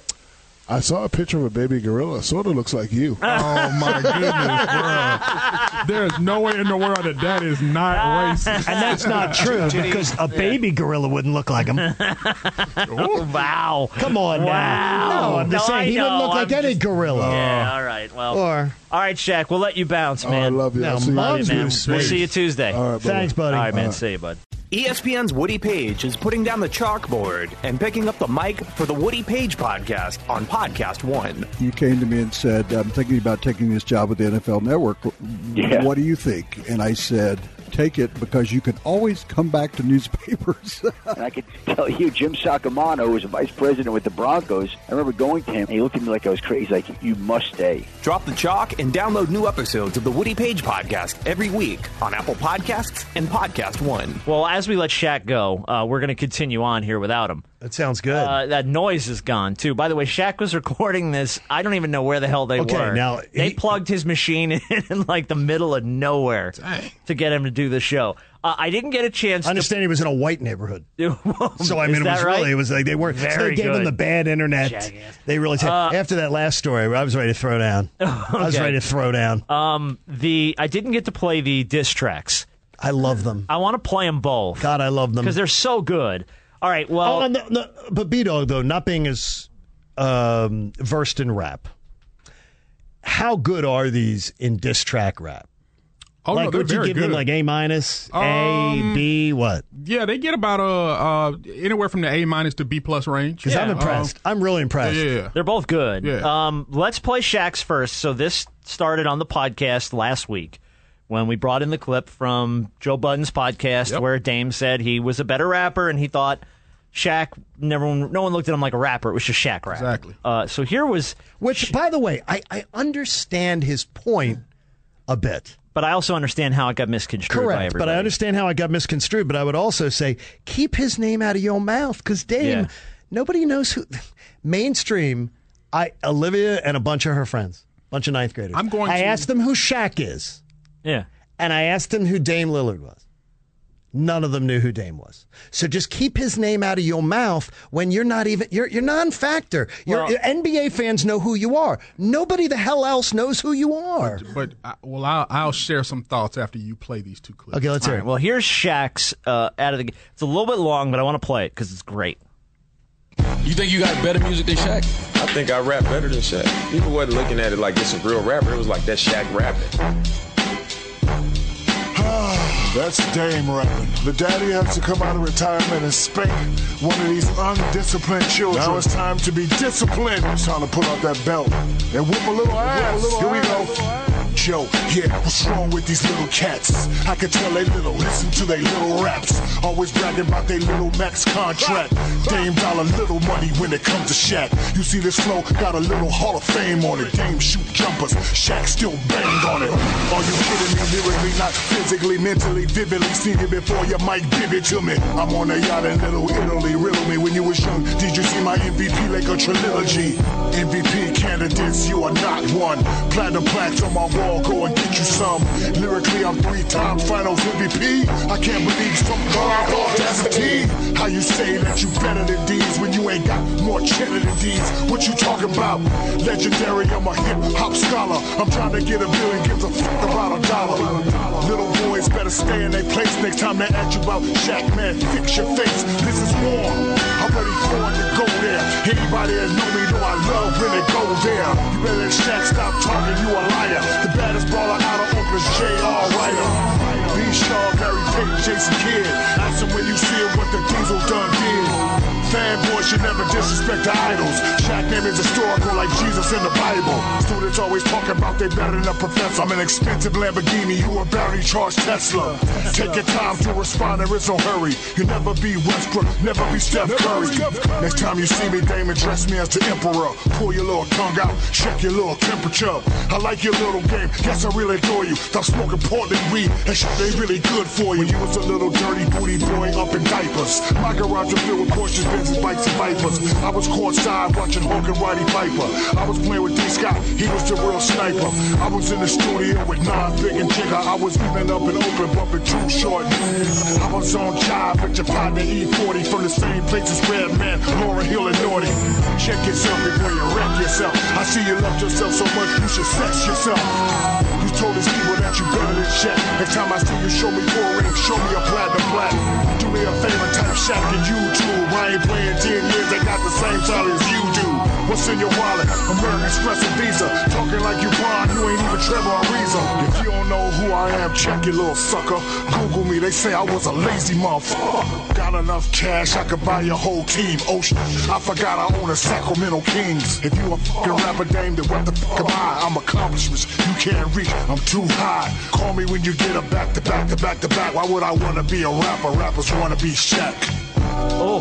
[SPEAKER 16] I saw a picture of a baby gorilla. Sort of looks like you.
[SPEAKER 9] Oh my goodness, bro! There is no way in the world that that is not racist,
[SPEAKER 6] And that's not true because a baby gorilla wouldn't look like him.
[SPEAKER 8] wow.
[SPEAKER 6] Come on now.
[SPEAKER 8] Wow.
[SPEAKER 6] No, Oh, I'm just
[SPEAKER 8] No,
[SPEAKER 6] saying
[SPEAKER 8] I
[SPEAKER 6] he doesn't look
[SPEAKER 8] know.
[SPEAKER 6] like
[SPEAKER 8] I'm
[SPEAKER 6] any
[SPEAKER 8] just-
[SPEAKER 6] gorilla.
[SPEAKER 8] Yeah, all right. Well,
[SPEAKER 6] Or-
[SPEAKER 8] all right, Shaq. We'll let you bounce,
[SPEAKER 6] Oh,
[SPEAKER 8] man.
[SPEAKER 6] I love you. I'll
[SPEAKER 8] No,
[SPEAKER 6] see you
[SPEAKER 8] love you,
[SPEAKER 6] on
[SPEAKER 8] man.
[SPEAKER 6] Tuesday.
[SPEAKER 8] We'll see you Tuesday.
[SPEAKER 6] All right, buddy. Thanks, buddy.
[SPEAKER 8] All right, man.
[SPEAKER 6] All right.
[SPEAKER 8] See you, bud.
[SPEAKER 1] ESPN's Woody Page is putting down the chalkboard and picking up the mic for the Woody Page podcast on Podcast One.
[SPEAKER 17] You came to me and said, I'm thinking about taking this job with the NFL Network.
[SPEAKER 1] Yeah.
[SPEAKER 17] What do you think? And I said, take it because you can always come back to newspapers.
[SPEAKER 18] And I could tell you, Jim Sacamano, who was a vice president with the Broncos, I remember going to him, and he looked at me like I was crazy. He's like, you must stay.
[SPEAKER 1] Drop the chalk and download new episodes of the Woody Page podcast every week on Apple Podcasts and Podcast One.
[SPEAKER 8] Well, as we let Shaq go, uh, we're going to continue on here without him.
[SPEAKER 19] That sounds good.
[SPEAKER 8] Uh, that noise is gone too. By the way, Shaq was recording this. I don't even know where the hell they
[SPEAKER 19] Okay,
[SPEAKER 8] were.
[SPEAKER 19] now,
[SPEAKER 8] they plugged his machine in, in like the middle of nowhere to get him to do the show. Uh, I didn't get a chance.
[SPEAKER 6] I understand he was in a white neighborhood.
[SPEAKER 8] to,
[SPEAKER 6] So I mean,
[SPEAKER 8] Is
[SPEAKER 6] it
[SPEAKER 8] that
[SPEAKER 6] was
[SPEAKER 8] right?
[SPEAKER 6] really it was like they weren't. so
[SPEAKER 8] Very
[SPEAKER 6] they gave
[SPEAKER 8] good.
[SPEAKER 6] him the bad internet.
[SPEAKER 8] Jackass.
[SPEAKER 6] They really said
[SPEAKER 8] Uh,
[SPEAKER 6] after that last story, I was ready to throw down. I was
[SPEAKER 8] Okay.
[SPEAKER 6] ready to throw down.
[SPEAKER 8] Um, the I didn't get to play the diss tracks.
[SPEAKER 6] I love them.
[SPEAKER 8] I want to play them both.
[SPEAKER 6] God, I love them
[SPEAKER 8] because they're so good. All right, well,
[SPEAKER 6] Oh, and the, the, but B Dog though not being as um, versed in rap, how good are these in diss track rap?
[SPEAKER 9] Oh, no,
[SPEAKER 6] like
[SPEAKER 9] they're
[SPEAKER 6] would you
[SPEAKER 9] very
[SPEAKER 6] give them
[SPEAKER 9] good.
[SPEAKER 6] like A minus,
[SPEAKER 9] Um,
[SPEAKER 6] A B what?
[SPEAKER 9] Yeah, they get about uh, uh anywhere from the A minus to B plus range. Uh,
[SPEAKER 6] Because I'm impressed. I'm really impressed.
[SPEAKER 9] um, Yeah.
[SPEAKER 8] They're both good.
[SPEAKER 9] Yeah.
[SPEAKER 8] Um, let's play Shaq's first. So this started on the podcast last week when we brought in the clip from Joe Budden's podcast where Dame said he was a better rapper and he thought Shaq never no one looked at him like a rapper. It was just Shaq rap. Exactly. Uh, so here was
[SPEAKER 6] Which, by the way, I, I understand his point a bit.
[SPEAKER 8] But I also understand how it got misconstrued by
[SPEAKER 6] Correct,
[SPEAKER 8] everybody.
[SPEAKER 6] but I understand how I got misconstrued. But I would also say keep his name out of your mouth because Dame,
[SPEAKER 8] Yeah.
[SPEAKER 6] nobody knows who. Mainstream, I Olivia and a bunch of her friends, bunch of ninth graders. I'm going. I asked them who Shaq is,
[SPEAKER 8] yeah.
[SPEAKER 6] and I asked them who Dame Lillard was. None of them knew who Dame was. So just keep his name out of your mouth when you're not even you're you're non-factor. Your
[SPEAKER 9] Well-
[SPEAKER 6] your NBA fans know who you are. Nobody the hell else knows who you are.
[SPEAKER 9] But I, well, I'll, I'll share some thoughts after you play these two clips.
[SPEAKER 6] Okay, let's
[SPEAKER 8] All right, well, here's Shaq's uh, out of the. g- It's a little bit long, but I want to play it because it's great.
[SPEAKER 20] You think you got better music than Shaq? I think I rap better than Shaq. People wasn't looking at it like it's a real rapper. It was like that Shaq rapping.
[SPEAKER 16] That's Dame rapping. The daddy has to come out of retirement and spank one of these undisciplined children. Now it's time to be disciplined. It's time to pull out that belt and whoop a little ass. Here we go. Joe, yeah, what's wrong with these little cats? I can tell they little, listen to they little raps. Always bragging about they little max contract. Dame dollar little money when it comes to Shaq. You see this flow, got a little Hall of Fame on it. Dame shoot jumpers, Shaq still banged on it. Are you kidding me? Lyrically, not physically, mentally, vividly. Seen it before, you might give it to me. I'm on a yacht in Little Italy, riddle me. When you was young, did you see my MVP like a trilogy? MVP candidates, you are not one. Platinum plaques on my wall, go and get you some. Lyrically, I'm three-time Finals MVP. I can't believe some god audacity. How you say that you better than these when you ain't got more cheddar than these? What you talking about? Legendary, I'm a hip hop scholar. I'm trying to get a billion, gives a fuck about a dollar. Little boys better stay in their place next time they ask you about Shaq, man. Fix your face, this is war. I'm ready for it to go there. Anybody that know me know I love when it go there. You better let Shaq stop talking, you a liar. The baddest baller out of Oakland's J.R. Ryder. B. Shaw, Barry Payton, Jason Kidd. Ask them when you see it, what the diesel done did. Fanboys should never disrespect the idols. Shaq name is historical like Jesus in the Bible. Students always talk about they better than a professor. I'm an expensive Lamborghini, you a Barry Charles Tesla. Take your time to respond, there is no hurry. You never be Westbrook, never be Steph Curry. Next time you see me, Damon, dress me as the emperor. Pull your little tongue out, check your little temperature. I like your little game, yes, I really adore you. Stop smoking Portland weed, that shit ain't really good for you. You was a little dirty booty boy up in diapers. My garage was filled with Porsches, Benzes, bikes, and vipers. I was courtside watching Hawk and Roddy Piper. I was playing with D. Scott, he was the real sniper. I was in the studio with Nas, Big and Jigger. I was even up and open, bumping too short. I was on Jive with your partner E40 from the same place as Red Man, Laura Hill and Naughty. Check yourself before you wreck yourself. I see you loved yourself so much, you should sex yourself. You told these people that you better than Shaq. Next time I see you, show me four rings, show me a platinum black. Do me a favor, type Shaq in YouTube. I ain't playing 10 years, I got the same title as you do. What's in your wallet? American Express and Visa. Talking like you blind, you ain't even Trevor or Ariza. If you don't know who I am, check your little sucker. Google me, they say I was a lazy motherfucker. Got enough cash, I could buy your whole team. Oh shit, I forgot I own the Sacramento Kings. If you a fucking rapper dame, then what the fuck am I? I'm accomplishments you can't reach, I'm too high. Call me when you get a back to back to back to back. Why would I wanna be a rapper? Rappers wanna be Shaq.
[SPEAKER 8] Oh,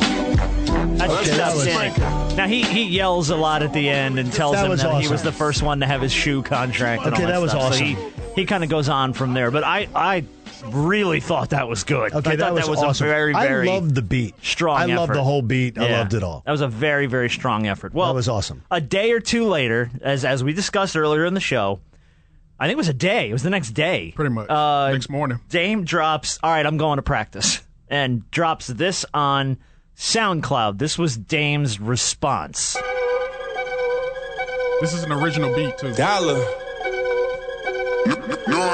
[SPEAKER 8] that's
[SPEAKER 16] That's
[SPEAKER 8] just
[SPEAKER 16] valid.
[SPEAKER 8] outstanding. Now he, he yells a lot at the end and tells
[SPEAKER 6] That
[SPEAKER 8] him
[SPEAKER 6] was
[SPEAKER 8] that he
[SPEAKER 6] awesome.
[SPEAKER 8] was the first one to have his shoe contract. and
[SPEAKER 6] Okay,
[SPEAKER 8] all that,
[SPEAKER 6] that was
[SPEAKER 8] stuff. So
[SPEAKER 6] awesome.
[SPEAKER 8] he he kind of goes on from there, but I I really thought that was good. I
[SPEAKER 6] Okay,
[SPEAKER 8] thought
[SPEAKER 6] that was, awesome.
[SPEAKER 8] a very very
[SPEAKER 6] I loved the beat.
[SPEAKER 8] strong.
[SPEAKER 6] I loved
[SPEAKER 8] effort.
[SPEAKER 6] the whole beat. I
[SPEAKER 8] Yeah.
[SPEAKER 6] loved it all.
[SPEAKER 8] That was a very very strong effort. Well,
[SPEAKER 6] that was awesome.
[SPEAKER 8] a day or two later, as as we discussed earlier in the show, I think it was a day. It was the next day, pretty much. Uh, next morning, Dame drops. All right, I'm going to practice, and drops this on SoundCloud. This was Dame's response.
[SPEAKER 9] This is an original beat too.
[SPEAKER 20] Dollar.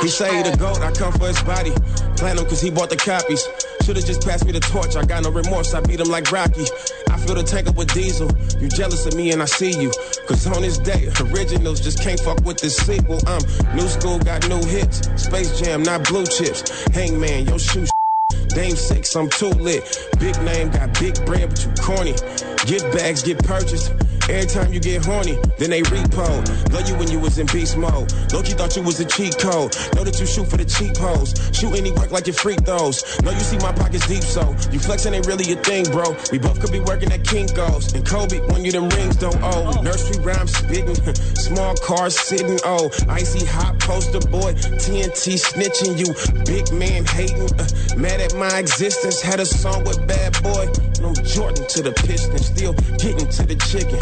[SPEAKER 20] He say he the goat, I come for his body. Platinum cause he bought the copies. Should've just passed me the torch, I got no remorse, I beat him like Rocky. I feel the tank up with diesel. You jealous of me and I see you. Cause on this day, originals just can't fuck with this sequel. I'm new school, got new hits. Space Jam, not blue chips. Hangman, your shoe Dame six, I'm too lit. Big name, got big brand, but you corny. Get bags, get purchased. Every time you get horny, then they repo. Love you when you was in beast mode. Loki thought you was a cheat code. Know that you shoot for the cheap hoes. Shoot any work like your free throws. Know you see my pockets deep, so you flexing ain't really your thing, bro. We both could be working at Kinko's. And Kobe, when you them rings don't owe. Nursery rhymes spitting, small cars sitting, oh. Icy hot poster boy, TNT snitching you. Big man hating, uh, mad at my existence. Had a song with Bad Boy. And I'm Jordan to the Pistons, still getting to the chicken.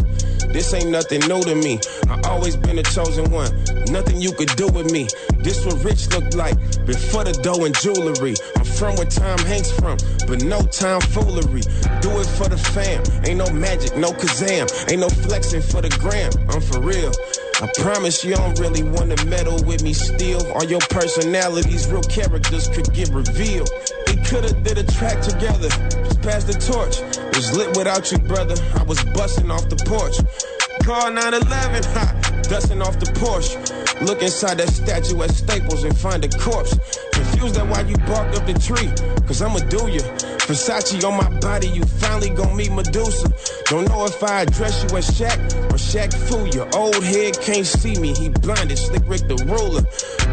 [SPEAKER 20] This ain't nothing new to me. I always been the chosen one. Nothing you could do with me. This what rich looked like before the dough and jewelry. I'm from where Tom Hanks from, but no time foolery. Do it for the fam. Ain't no magic, no Kazam. Ain't no flexing for the gram. I'm for real. I promise you don't really want to meddle with me still. All your personalities, real characters could get revealed. We coulda did a track together. Just pass the torch. Was lit without you, brother. I was busting off the porch. Call 911, ha, dusting off the Porsche. Look inside that statue at Staples and find a corpse. Confused at why you barked up the tree, cause I'ma do ya. Versace on my body, you finally gon' meet Medusa. Don't know if I address you as Shaq or Shaq Fu. Your old head can't see me, he blinded, slick Rick the ruler.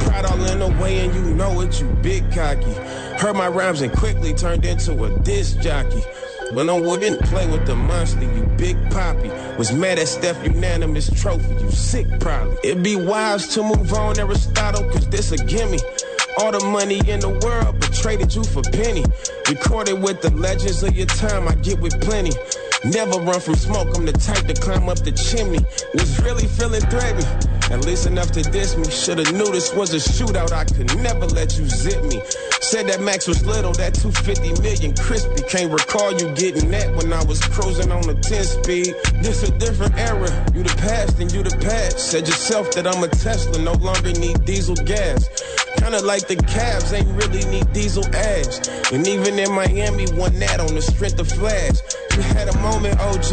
[SPEAKER 20] Pride all in the way, and you know it, you big cocky. Heard my rhymes and quickly turned into a disc jockey. When I wouldn't play with the monster, you big poppy. Was mad at Steph unanimous trophy, you sick probably. It'd be wise to move on, Aristotle, cause this a gimme. All the money in the world, but traded you for penny. Recorded with the legends of your time, I get with plenty. Never run from smoke, I'm the type to climb up the chimney. Was really feeling threatened, at least enough to diss me. Should've knew this was a shootout, I could never let you zip me. Said that Max was little, that 250 million crispy. Can't recall you getting that when I was cruising on the 10 speed. This a different era, you the past and you the past. Said yourself that I'm a Tesla, no longer need diesel gas. Kinda like the Cavs, ain't really need diesel ass. And even in Miami, won that on the strength of flash. You had a moment, OG,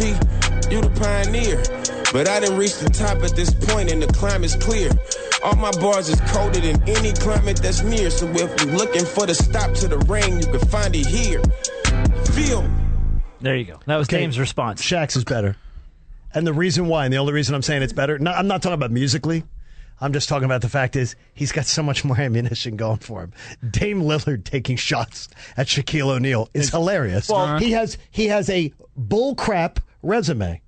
[SPEAKER 20] you the pioneer. But I didn't reach the top at this point, and the climate's clear. All my bars is colder than any climate that's near. So if you're looking for the stop to the rain, you can find it here. Feel me.
[SPEAKER 8] There you go. That was Dame's response.
[SPEAKER 6] Shaq's is better. And the reason why, and the only reason I'm saying it's better, no, I'm not talking about musically. I'm just talking about the fact is he's got so much more ammunition going for him. Dame Lillard taking shots at Shaquille O'Neal is hilarious.
[SPEAKER 18] Well-
[SPEAKER 6] he has he has a bullcrap resume.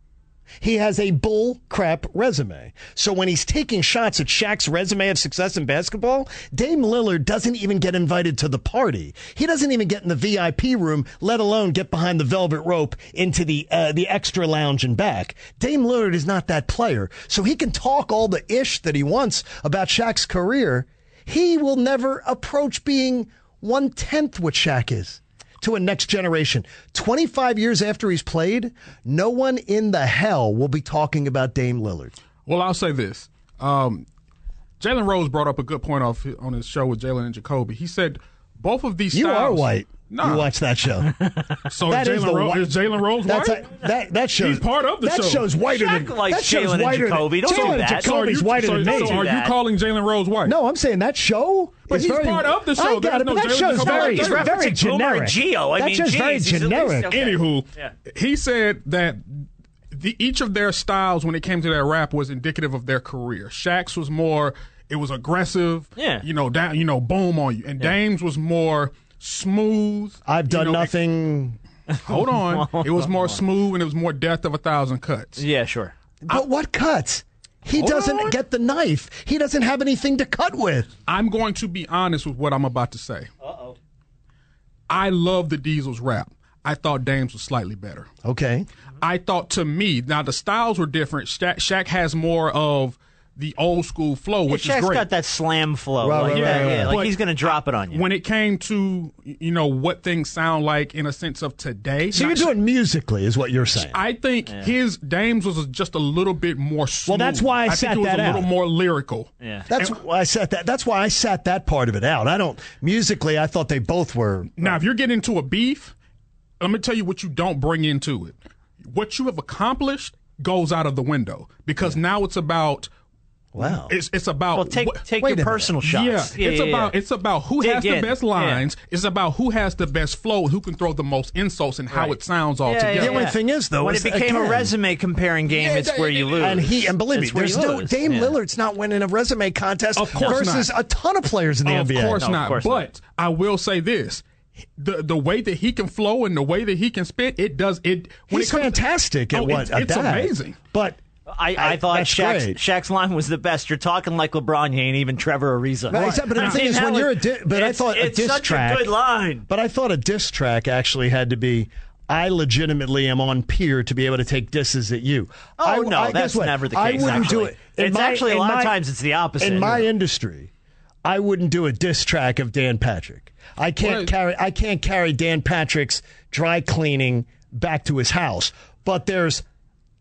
[SPEAKER 6] He has a bull crap resume. So when he's taking shots at Shaq's resume of success in basketball, Dame Lillard doesn't even get invited to the party. He doesn't even get in the VIP room, let alone get behind the velvet rope into the uh, the extra lounge and back. Dame Lillard is not that player. So he can talk all the ish that he wants about Shaq's career. He will never approach being one tenth what Shaq is to a next generation. 25 years after he's played, no one in the hell will be talking about Dame Lillard.
[SPEAKER 9] Well, I'll say this. Um, Jalen Rose brought up a good point off on his show with Jalen and Jacoby. He said both of these.
[SPEAKER 6] You
[SPEAKER 9] styles,
[SPEAKER 6] are white.
[SPEAKER 9] Nah.
[SPEAKER 6] You watch that show.
[SPEAKER 9] So
[SPEAKER 6] That is
[SPEAKER 9] Jalen
[SPEAKER 6] the
[SPEAKER 9] Ro-
[SPEAKER 6] white-
[SPEAKER 9] is Jalen Rose
[SPEAKER 6] That's
[SPEAKER 9] white?
[SPEAKER 6] a- that- that shows-
[SPEAKER 9] he's part of the
[SPEAKER 6] that
[SPEAKER 9] show.
[SPEAKER 6] shows whiter Shaq than- likes that shows Jalen and whiter than- Jacoby. Don't do Jalen that. Jacoby's
[SPEAKER 9] so are you,
[SPEAKER 6] whiter
[SPEAKER 9] so,
[SPEAKER 6] than me.
[SPEAKER 9] So are
[SPEAKER 6] Don't do
[SPEAKER 9] you
[SPEAKER 6] that.
[SPEAKER 9] calling Jalen Rose white?
[SPEAKER 6] No, I'm saying that show.
[SPEAKER 9] But
[SPEAKER 6] is
[SPEAKER 9] he's
[SPEAKER 6] very,
[SPEAKER 9] part of the show.
[SPEAKER 6] I got
[SPEAKER 9] There's
[SPEAKER 6] it,
[SPEAKER 9] no
[SPEAKER 6] but that
[SPEAKER 9] Jalen
[SPEAKER 6] show's
[SPEAKER 9] Jacoby.
[SPEAKER 6] very,
[SPEAKER 9] He's
[SPEAKER 6] very
[SPEAKER 9] referencing Boomer
[SPEAKER 6] generic.
[SPEAKER 9] and
[SPEAKER 8] Geo. I
[SPEAKER 6] that
[SPEAKER 8] mean,
[SPEAKER 6] show's very
[SPEAKER 8] geez, he's at least
[SPEAKER 6] generic.
[SPEAKER 8] okay.
[SPEAKER 9] Anywho,
[SPEAKER 8] Yeah.
[SPEAKER 9] he said that the, each of their styles when it came to their rap was indicative of their career. Shaq's was more it was aggressive,
[SPEAKER 8] Yeah.
[SPEAKER 9] you know, down, you know, boom on you, and Dame's was more smooth.
[SPEAKER 6] I've done
[SPEAKER 9] you know,
[SPEAKER 6] nothing.
[SPEAKER 9] Hold on, it was more smooth and it was more death of a thousand cuts.
[SPEAKER 8] Yeah, sure.
[SPEAKER 6] But what cuts? He
[SPEAKER 9] Hold
[SPEAKER 6] doesn't
[SPEAKER 9] on.
[SPEAKER 6] get the knife. He doesn't have anything to cut with.
[SPEAKER 9] I'm going to be honest with what I'm about to say. Uh oh. I love the Diesel's rap. I thought Dame's was slightly better.
[SPEAKER 6] Okay.
[SPEAKER 9] I thought to me, now the styles were different. Sha- Shaq has more of the old school flow,
[SPEAKER 8] Yeah,
[SPEAKER 9] which
[SPEAKER 8] Shaq's
[SPEAKER 9] is great.
[SPEAKER 8] got that slam flow.
[SPEAKER 9] Right,
[SPEAKER 8] like
[SPEAKER 9] right,
[SPEAKER 8] that,
[SPEAKER 9] right,
[SPEAKER 8] yeah,
[SPEAKER 9] right.
[SPEAKER 8] like
[SPEAKER 9] But-
[SPEAKER 8] he's going to drop it on you.
[SPEAKER 9] When it came to y- you know what things sound like in a sense of today,
[SPEAKER 6] So
[SPEAKER 9] not
[SPEAKER 6] you're doing musically, is what you're saying.
[SPEAKER 9] I think his Dames was just a little bit more smooth.
[SPEAKER 6] that's why I
[SPEAKER 9] think
[SPEAKER 6] sat
[SPEAKER 9] it was
[SPEAKER 6] that
[SPEAKER 9] a
[SPEAKER 6] out.
[SPEAKER 9] little more lyrical.
[SPEAKER 8] Yeah.
[SPEAKER 6] That's why I sat that. That's why I sat that part of it out. I don't musically. I thought they both were.
[SPEAKER 9] Now, if you're getting into a beef, let me tell you what you don't bring into it. What you have accomplished goes out of the window because now it's about.
[SPEAKER 6] Wow.
[SPEAKER 9] It's it's about
[SPEAKER 8] Well, take-
[SPEAKER 9] what-
[SPEAKER 8] take Wait your a minute. personal shots.
[SPEAKER 9] Yeah,
[SPEAKER 8] Yeah,
[SPEAKER 9] it's
[SPEAKER 8] yeah,
[SPEAKER 9] about
[SPEAKER 8] yeah.
[SPEAKER 9] it's about who
[SPEAKER 8] Dig
[SPEAKER 9] has
[SPEAKER 8] in.
[SPEAKER 9] the best
[SPEAKER 8] Yeah.
[SPEAKER 9] lines. It's about who has the best flow, who can throw the most insults, and how it sounds all together.
[SPEAKER 6] The only thing is, though,
[SPEAKER 8] when
[SPEAKER 6] is
[SPEAKER 8] it became a
[SPEAKER 6] again-
[SPEAKER 8] resume comparing game,
[SPEAKER 9] Yeah,
[SPEAKER 8] it's
[SPEAKER 9] yeah,
[SPEAKER 8] where you lose.
[SPEAKER 6] And he and believe
[SPEAKER 8] It's
[SPEAKER 6] me,
[SPEAKER 8] where you
[SPEAKER 6] there's no
[SPEAKER 8] lose.
[SPEAKER 6] Dame
[SPEAKER 8] Yeah.
[SPEAKER 6] Lillard's not winning a resume contest
[SPEAKER 9] Of course
[SPEAKER 6] versus
[SPEAKER 9] not.
[SPEAKER 6] a ton of players in the
[SPEAKER 9] Of
[SPEAKER 6] NBA.
[SPEAKER 9] course
[SPEAKER 8] No, of
[SPEAKER 9] not.
[SPEAKER 8] course
[SPEAKER 9] but
[SPEAKER 8] not.
[SPEAKER 9] I will say this: the the way that he can flow and the way that he can spit, it does it. When
[SPEAKER 6] He's
[SPEAKER 9] it comes
[SPEAKER 6] fantastic
[SPEAKER 9] to,
[SPEAKER 6] at
[SPEAKER 9] oh,
[SPEAKER 6] what
[SPEAKER 9] it's,
[SPEAKER 6] at
[SPEAKER 9] it's
[SPEAKER 6] that.
[SPEAKER 9] amazing.
[SPEAKER 6] But
[SPEAKER 8] I, I, thought
[SPEAKER 6] that's
[SPEAKER 8] Shaq's,
[SPEAKER 6] great.
[SPEAKER 8] Shaq's line was the best. You're talking like LeBron. You ain't even Trevor Ariza.
[SPEAKER 6] Right, exactly, but the thing is, when you're a di- but I
[SPEAKER 8] it's-
[SPEAKER 6] thought a
[SPEAKER 8] it's
[SPEAKER 6] diss
[SPEAKER 8] such
[SPEAKER 6] track-
[SPEAKER 8] a good line.
[SPEAKER 6] But I thought a diss track actually had to be. I legitimately am on peer to be able to take disses at you.
[SPEAKER 8] Oh
[SPEAKER 6] I,
[SPEAKER 8] no,
[SPEAKER 6] I, guess
[SPEAKER 8] that's
[SPEAKER 6] what?
[SPEAKER 8] never the
[SPEAKER 6] I
[SPEAKER 8] case.
[SPEAKER 6] wouldn't do it.
[SPEAKER 8] actually.
[SPEAKER 6] In
[SPEAKER 8] it's
[SPEAKER 6] my-
[SPEAKER 8] actually a
[SPEAKER 6] in
[SPEAKER 8] lot
[SPEAKER 6] my-
[SPEAKER 8] of times it's the opposite.
[SPEAKER 6] In my industry, I wouldn't do a diss track of Dan Patrick. I can't
[SPEAKER 9] Well-
[SPEAKER 6] carry I can't carry Dan Patrick's dry cleaning back to his house. But there's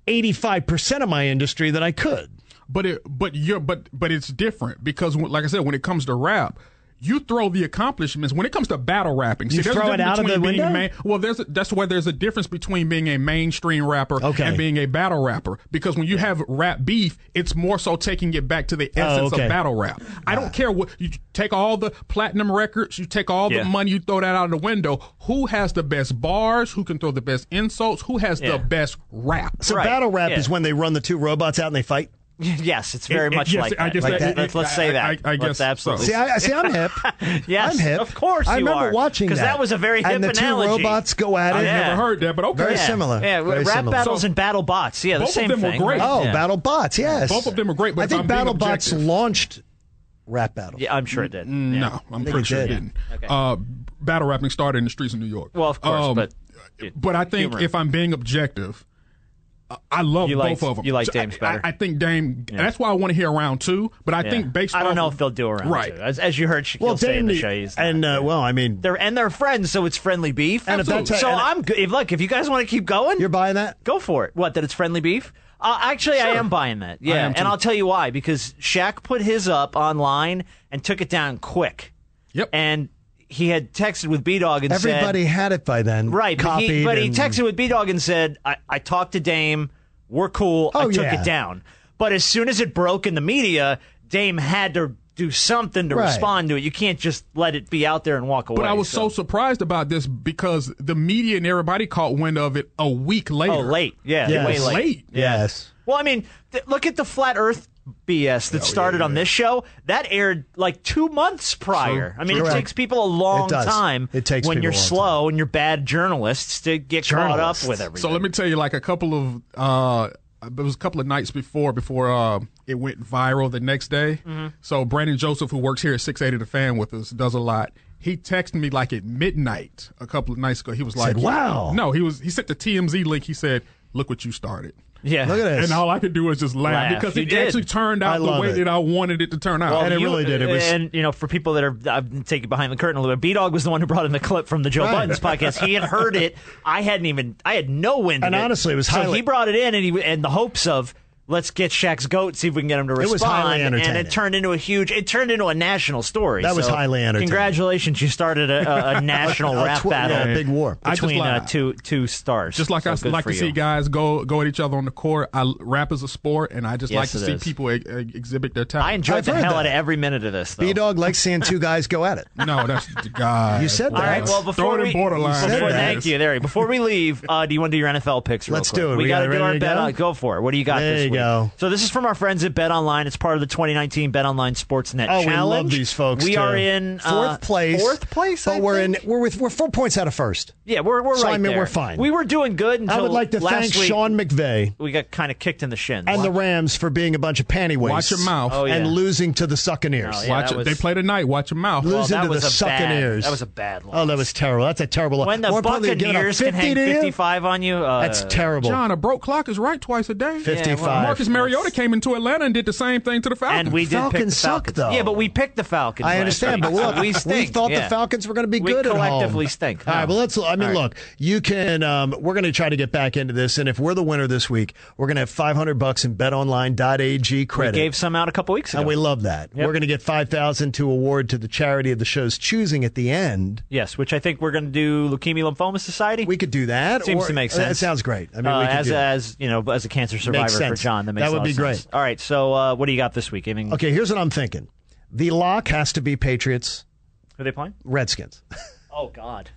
[SPEAKER 6] 85% of my industry that I could.
[SPEAKER 9] But it but you're but but it's different because when, like I said, when it comes to rap. You throw the accomplishments when it comes to battle rapping.
[SPEAKER 6] You
[SPEAKER 9] see, there's a
[SPEAKER 6] throw it out
[SPEAKER 9] difference
[SPEAKER 6] of
[SPEAKER 9] between
[SPEAKER 6] the
[SPEAKER 9] being
[SPEAKER 6] window?
[SPEAKER 9] main- well, there's a, that's why there's a difference between being a mainstream rapper
[SPEAKER 6] Okay.
[SPEAKER 9] and being a battle rapper. Because when you have rap beef, it's more so taking it back to the essence
[SPEAKER 6] Oh, okay.
[SPEAKER 9] of battle rap. I don't care what you take all the platinum records, you take all
[SPEAKER 8] Yeah.
[SPEAKER 9] the money, you throw that out of the window. Who has the best bars? Who can throw the best insults? Who has
[SPEAKER 8] Yeah.
[SPEAKER 9] the best rap?
[SPEAKER 6] So
[SPEAKER 8] Right,
[SPEAKER 6] battle rap
[SPEAKER 8] yeah.
[SPEAKER 6] is when they run the two robots out and they fight.
[SPEAKER 8] yes, it's very
[SPEAKER 9] It- it-
[SPEAKER 8] much
[SPEAKER 9] yes,
[SPEAKER 8] like
[SPEAKER 9] I
[SPEAKER 8] that.
[SPEAKER 9] guess
[SPEAKER 8] Like
[SPEAKER 9] that-
[SPEAKER 8] that.
[SPEAKER 9] it-
[SPEAKER 8] let's, let's say
[SPEAKER 9] I-
[SPEAKER 8] that.
[SPEAKER 9] I- I
[SPEAKER 8] let's
[SPEAKER 9] guess
[SPEAKER 8] absolutely.
[SPEAKER 9] so.
[SPEAKER 6] See, I, see, I'm hip.
[SPEAKER 8] yes,
[SPEAKER 6] I'm hip.
[SPEAKER 8] Of course,
[SPEAKER 6] I
[SPEAKER 8] you
[SPEAKER 6] remember
[SPEAKER 8] are.
[SPEAKER 6] watching
[SPEAKER 8] because
[SPEAKER 6] that.
[SPEAKER 8] that. was a very hip
[SPEAKER 6] and the
[SPEAKER 8] analogy.
[SPEAKER 6] two robots go at it.
[SPEAKER 9] I've
[SPEAKER 8] Yeah.
[SPEAKER 9] never heard that, but okay.
[SPEAKER 6] Very
[SPEAKER 8] yeah.
[SPEAKER 6] similar.
[SPEAKER 8] Yeah,
[SPEAKER 6] Very
[SPEAKER 8] rap
[SPEAKER 6] similar.
[SPEAKER 8] battles
[SPEAKER 9] So-
[SPEAKER 8] and battle bots. Yeah, the
[SPEAKER 9] Both of
[SPEAKER 8] same
[SPEAKER 9] them were
[SPEAKER 8] thing.
[SPEAKER 9] great.
[SPEAKER 8] right?
[SPEAKER 6] Oh,
[SPEAKER 8] yeah.
[SPEAKER 6] battle bots. Yes,
[SPEAKER 9] Both of them are great, but
[SPEAKER 6] I
[SPEAKER 9] if
[SPEAKER 6] think
[SPEAKER 9] I'm being
[SPEAKER 6] battle bots
[SPEAKER 9] objective-
[SPEAKER 6] launched rap battles.
[SPEAKER 8] Yeah, I'm sure it did. Yeah.
[SPEAKER 9] Mm, No, I'm
[SPEAKER 6] think
[SPEAKER 9] pretty
[SPEAKER 6] it
[SPEAKER 9] sure it
[SPEAKER 6] did.
[SPEAKER 9] didn't. Uh, battle rapping started in the streets of New York. Um,
[SPEAKER 8] Well, of course, but-
[SPEAKER 9] but I think
[SPEAKER 8] humor.
[SPEAKER 9] if I'm being objective, I- I love
[SPEAKER 8] You
[SPEAKER 9] both
[SPEAKER 8] liked-
[SPEAKER 9] of them.
[SPEAKER 8] you liked
[SPEAKER 9] So I-
[SPEAKER 8] Dame's better.
[SPEAKER 9] I, I think Dame. That's why I want to hear round two. But I
[SPEAKER 8] Yeah.
[SPEAKER 9] think based,
[SPEAKER 8] I don't
[SPEAKER 9] off
[SPEAKER 8] know
[SPEAKER 9] of-
[SPEAKER 8] if they'll do around
[SPEAKER 9] Right.
[SPEAKER 8] two. As, as you heard Shaquille
[SPEAKER 6] Well,
[SPEAKER 8] say
[SPEAKER 6] Dame,
[SPEAKER 8] in the
[SPEAKER 6] the-
[SPEAKER 8] show, he's
[SPEAKER 6] and uh, well, I mean,
[SPEAKER 8] they're and they're friends, so it's friendly beef.
[SPEAKER 6] And if that's-
[SPEAKER 8] so
[SPEAKER 6] and-
[SPEAKER 8] I'm good. If, look, if you guys want to keep going,
[SPEAKER 6] you're buying that.
[SPEAKER 8] go for it. What? That it's friendly beef? Uh, actually, I am buying that.
[SPEAKER 9] I
[SPEAKER 8] Yeah,
[SPEAKER 9] am,
[SPEAKER 8] and
[SPEAKER 9] too.
[SPEAKER 8] I'll tell you why. Because Shaq put his up online and took it down quick.
[SPEAKER 9] Yep.
[SPEAKER 8] And he had texted with B Dog and
[SPEAKER 6] Everybody
[SPEAKER 8] said,
[SPEAKER 6] had it by then.
[SPEAKER 8] right, but
[SPEAKER 6] Copied
[SPEAKER 8] he, but he
[SPEAKER 6] and-
[SPEAKER 8] texted with B Dog and said, I, "I talked to Dame. We're cool. I
[SPEAKER 6] Oh,
[SPEAKER 8] took
[SPEAKER 6] yeah.
[SPEAKER 8] it down." But as soon as it broke in the media, Dame had to do something to
[SPEAKER 6] Right.
[SPEAKER 8] respond to it. You can't just let it be out there and walk away.
[SPEAKER 9] But I was so.
[SPEAKER 8] so
[SPEAKER 9] surprised about this because the media and everybody caught wind of it a week later.
[SPEAKER 8] Oh, late. Yeah,
[SPEAKER 6] Yes.
[SPEAKER 8] way late.
[SPEAKER 9] Late.
[SPEAKER 6] Yes.
[SPEAKER 8] Well, I mean, th- look at the flat Earth BS that started on this show. That aired like two months prior. I mean, it
[SPEAKER 6] Correct.
[SPEAKER 8] takes people a long
[SPEAKER 6] It does.
[SPEAKER 8] time.
[SPEAKER 6] It takes
[SPEAKER 8] when
[SPEAKER 6] people
[SPEAKER 8] you're
[SPEAKER 6] a long
[SPEAKER 8] slow and you're bad journalists to get caught
[SPEAKER 6] Journalists.
[SPEAKER 8] up with everything.
[SPEAKER 9] So let me tell you, like a couple of uh, it was a couple of nights before before uh, it went viral the next day.
[SPEAKER 2] Mhm.
[SPEAKER 9] So Brandon Joseph, who works here at 680 The Fan with us, does a lot. He texted me like at midnight a couple of nights ago. He was like,
[SPEAKER 2] Said, "Wow."
[SPEAKER 9] No, he was. He sent the TMZ link. He said, "Look what you started."
[SPEAKER 8] Yeah.
[SPEAKER 2] Look at this.
[SPEAKER 9] And all I could do was just laugh,
[SPEAKER 8] Laugh.
[SPEAKER 9] because
[SPEAKER 8] You
[SPEAKER 9] it
[SPEAKER 8] did.
[SPEAKER 9] actually turned out
[SPEAKER 8] I
[SPEAKER 9] the
[SPEAKER 8] love
[SPEAKER 9] way
[SPEAKER 8] it.
[SPEAKER 9] that I wanted it to turn out.
[SPEAKER 8] you- and you know, for people that are I'm taking behind the curtain a little bit, B Dog was the one who brought in the clip from the Joe
[SPEAKER 9] Right.
[SPEAKER 8] Buttons podcast. He had heard it. I hadn't even. I had no wind.
[SPEAKER 6] And
[SPEAKER 8] in
[SPEAKER 6] honestly, it was
[SPEAKER 8] so
[SPEAKER 6] highly-
[SPEAKER 8] he brought it in, and he and the hopes of. Let's get Shaq's goat. See if we can get him to
[SPEAKER 6] It
[SPEAKER 8] respond.
[SPEAKER 6] was highly
[SPEAKER 8] and
[SPEAKER 6] entertaining.
[SPEAKER 8] it turned into a huge. It turned into a national story.
[SPEAKER 6] That was
[SPEAKER 8] So
[SPEAKER 6] highly entertaining.
[SPEAKER 8] Congratulations, you started a, a, a national
[SPEAKER 6] A
[SPEAKER 8] rap
[SPEAKER 6] tw- yeah,
[SPEAKER 8] battle,
[SPEAKER 6] a big war.
[SPEAKER 9] I just
[SPEAKER 8] between uh,
[SPEAKER 9] like-
[SPEAKER 8] two two stars.
[SPEAKER 9] Just like
[SPEAKER 8] So
[SPEAKER 9] I
[SPEAKER 8] good
[SPEAKER 9] like
[SPEAKER 8] for
[SPEAKER 9] to see
[SPEAKER 8] you.
[SPEAKER 9] guys go go at each other on the court. I, rap is a sport, and I just
[SPEAKER 8] Yes,
[SPEAKER 9] like to
[SPEAKER 8] it
[SPEAKER 9] see
[SPEAKER 8] is.
[SPEAKER 9] people e- e- exhibit their talent.
[SPEAKER 8] I enjoyed the hell out of every minute of this.
[SPEAKER 6] B Dog likes seeing two guys go at it.
[SPEAKER 9] No, that's God.
[SPEAKER 6] You said that.
[SPEAKER 8] All right. Well, before we before, thank you, there. Before we leave, uh, do you want to do your NFL picks? Real
[SPEAKER 6] Let's
[SPEAKER 8] quick?
[SPEAKER 6] do it.
[SPEAKER 8] We,
[SPEAKER 6] We
[SPEAKER 8] got
[SPEAKER 6] got
[SPEAKER 8] do
[SPEAKER 6] it
[SPEAKER 8] our
[SPEAKER 6] ready to
[SPEAKER 8] bet.
[SPEAKER 6] go?
[SPEAKER 8] On, go for it. What do you got?
[SPEAKER 6] There
[SPEAKER 8] this
[SPEAKER 6] you go.
[SPEAKER 8] week? So this is from our friends at Bet Online. It's part of the 2019 Bet Online Sportsnet
[SPEAKER 6] Oh,
[SPEAKER 8] Challenge.
[SPEAKER 6] we love these folks.
[SPEAKER 8] We
[SPEAKER 6] too.
[SPEAKER 8] are in uh,
[SPEAKER 6] fourth place.
[SPEAKER 8] Fourth place.
[SPEAKER 6] but we're in. We're with. We're four points out of first.
[SPEAKER 8] Yeah, we're we're
[SPEAKER 6] So,
[SPEAKER 8] right
[SPEAKER 6] I mean,
[SPEAKER 8] there.
[SPEAKER 6] we're fine.
[SPEAKER 8] We were doing good. Until
[SPEAKER 6] I would like to
[SPEAKER 8] last
[SPEAKER 6] thank
[SPEAKER 8] week,
[SPEAKER 6] Sean McVay
[SPEAKER 8] We got kind of kicked in the shins.
[SPEAKER 6] and the Rams for being a bunch of panty wastes.
[SPEAKER 9] Watch your mouth. Oh, yeah.
[SPEAKER 6] And losing to the Succaneers.
[SPEAKER 8] Oh, yeah, Watch that it. was-
[SPEAKER 9] They play tonight. Watch your mouth.
[SPEAKER 6] Losing
[SPEAKER 8] that
[SPEAKER 6] to the
[SPEAKER 8] was a bad-
[SPEAKER 6] Succaneers.
[SPEAKER 8] that was a bad loss.
[SPEAKER 6] Oh, that was terrible. That's a terrible loss.
[SPEAKER 8] when the
[SPEAKER 6] More importantly, they're giving up
[SPEAKER 8] Buccaneers can
[SPEAKER 6] 50
[SPEAKER 8] hang
[SPEAKER 6] to you?
[SPEAKER 8] 55 on you, uh,
[SPEAKER 6] That's terrible.
[SPEAKER 9] John, a broke clock is right twice a day.
[SPEAKER 6] 55. well,
[SPEAKER 9] Marcus Mariota came into Atlanta and did the same thing to the Falcons.
[SPEAKER 8] And we did pick the
[SPEAKER 6] Falcons suck,
[SPEAKER 8] Falcons.
[SPEAKER 6] though.
[SPEAKER 8] Yeah, but we picked the Falcons.
[SPEAKER 6] I
[SPEAKER 8] last
[SPEAKER 6] understand,
[SPEAKER 8] week,
[SPEAKER 6] but look,
[SPEAKER 8] so we,
[SPEAKER 6] we,
[SPEAKER 8] stink,
[SPEAKER 6] thought
[SPEAKER 8] yeah.
[SPEAKER 6] the Falcons were going to be
[SPEAKER 8] We
[SPEAKER 6] good. at home.
[SPEAKER 8] collectively stink.
[SPEAKER 6] All right,
[SPEAKER 8] No.
[SPEAKER 6] well, let's. I mean,
[SPEAKER 8] All right.
[SPEAKER 6] look, you can. Um, we're going to try to get back into this, and if we're the winner this week, we're going to have five hundred bucks in BetOnline.ag
[SPEAKER 8] we
[SPEAKER 6] credit.
[SPEAKER 8] gave some out a couple weeks ago.
[SPEAKER 6] and we love that.
[SPEAKER 8] Yep.
[SPEAKER 6] We're going to get five thousand to award to the charity of the show's choosing at the end.
[SPEAKER 8] Yes, which I think we're going to do Leukemia Lymphoma Society. We
[SPEAKER 6] could do that.
[SPEAKER 8] Seems
[SPEAKER 6] or-
[SPEAKER 8] to make
[SPEAKER 6] uh,
[SPEAKER 8] sense.
[SPEAKER 6] that sounds great. I mean,
[SPEAKER 8] Uh,
[SPEAKER 6] we could
[SPEAKER 8] as
[SPEAKER 6] do that.
[SPEAKER 8] as you know, as a cancer survivor for
[SPEAKER 6] sense.
[SPEAKER 8] John, that makes
[SPEAKER 6] That
[SPEAKER 8] a
[SPEAKER 6] would
[SPEAKER 8] lot
[SPEAKER 6] be
[SPEAKER 8] of
[SPEAKER 6] great.
[SPEAKER 8] sense. All right, so uh, what do you got this week? Anything?
[SPEAKER 6] Okay, here's what I'm thinking: the lock has to be Patriots,
[SPEAKER 8] Who are they playing?
[SPEAKER 6] Redskins.
[SPEAKER 8] Oh God,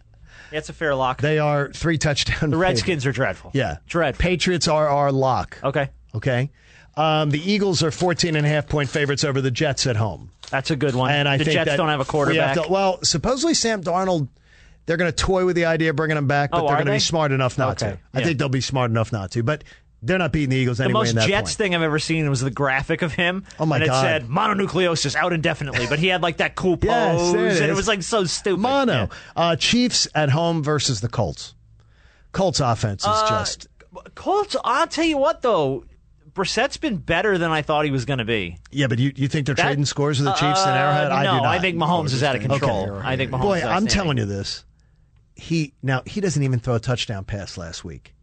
[SPEAKER 8] that's a fair lock.
[SPEAKER 6] They are three touchdown.
[SPEAKER 8] The Redskins are dreadful.
[SPEAKER 6] Yeah. Dreadful. Patriots are our lock.
[SPEAKER 8] Okay.
[SPEAKER 6] Okay. Um, the Eagles are 14 and a half point favorites over the Jets at home.
[SPEAKER 8] That's a good one.
[SPEAKER 6] And I
[SPEAKER 8] the
[SPEAKER 6] think
[SPEAKER 8] Jets
[SPEAKER 6] that
[SPEAKER 8] don't have a
[SPEAKER 6] we
[SPEAKER 8] quarterback.
[SPEAKER 6] have to- well, supposedly Sam Darnold, they're going to toy with the idea of bringing him back, but
[SPEAKER 8] Oh,
[SPEAKER 6] they're
[SPEAKER 8] are
[SPEAKER 6] going to
[SPEAKER 8] they?
[SPEAKER 6] be smart enough not
[SPEAKER 8] Okay.
[SPEAKER 6] to. I
[SPEAKER 8] Yeah.
[SPEAKER 6] think they'll be smart enough not to, but they're not beating the Eagles
[SPEAKER 8] the
[SPEAKER 6] anyway
[SPEAKER 8] most
[SPEAKER 6] in that
[SPEAKER 8] Jets
[SPEAKER 6] point.
[SPEAKER 8] thing I've ever seen was the graphic of him.
[SPEAKER 6] Oh, my
[SPEAKER 8] and
[SPEAKER 6] God.
[SPEAKER 8] it said mononucleosis out indefinitely, but he had like that cool pose,
[SPEAKER 6] Yes, there it
[SPEAKER 8] and it
[SPEAKER 6] is.
[SPEAKER 8] was like so stupid.
[SPEAKER 6] Mono. Uh, Chiefs at home versus the Colts. Colts offense is
[SPEAKER 8] Uh,
[SPEAKER 6] just
[SPEAKER 8] Colts. I'll tell you what though, Brissett's been better than I thought he was going to be.
[SPEAKER 6] Yeah, but you, you think they're trading scores with the Chiefs and
[SPEAKER 8] Uh,
[SPEAKER 6] Arrowhead? I do
[SPEAKER 8] no,
[SPEAKER 6] not.
[SPEAKER 8] I think Mahomes is out of control.
[SPEAKER 6] Okay.
[SPEAKER 8] I think Mahomes
[SPEAKER 6] Boy,
[SPEAKER 8] is
[SPEAKER 6] I'm
[SPEAKER 8] outstanding.
[SPEAKER 6] telling you this. He now he doesn't even throw a touchdown pass last week,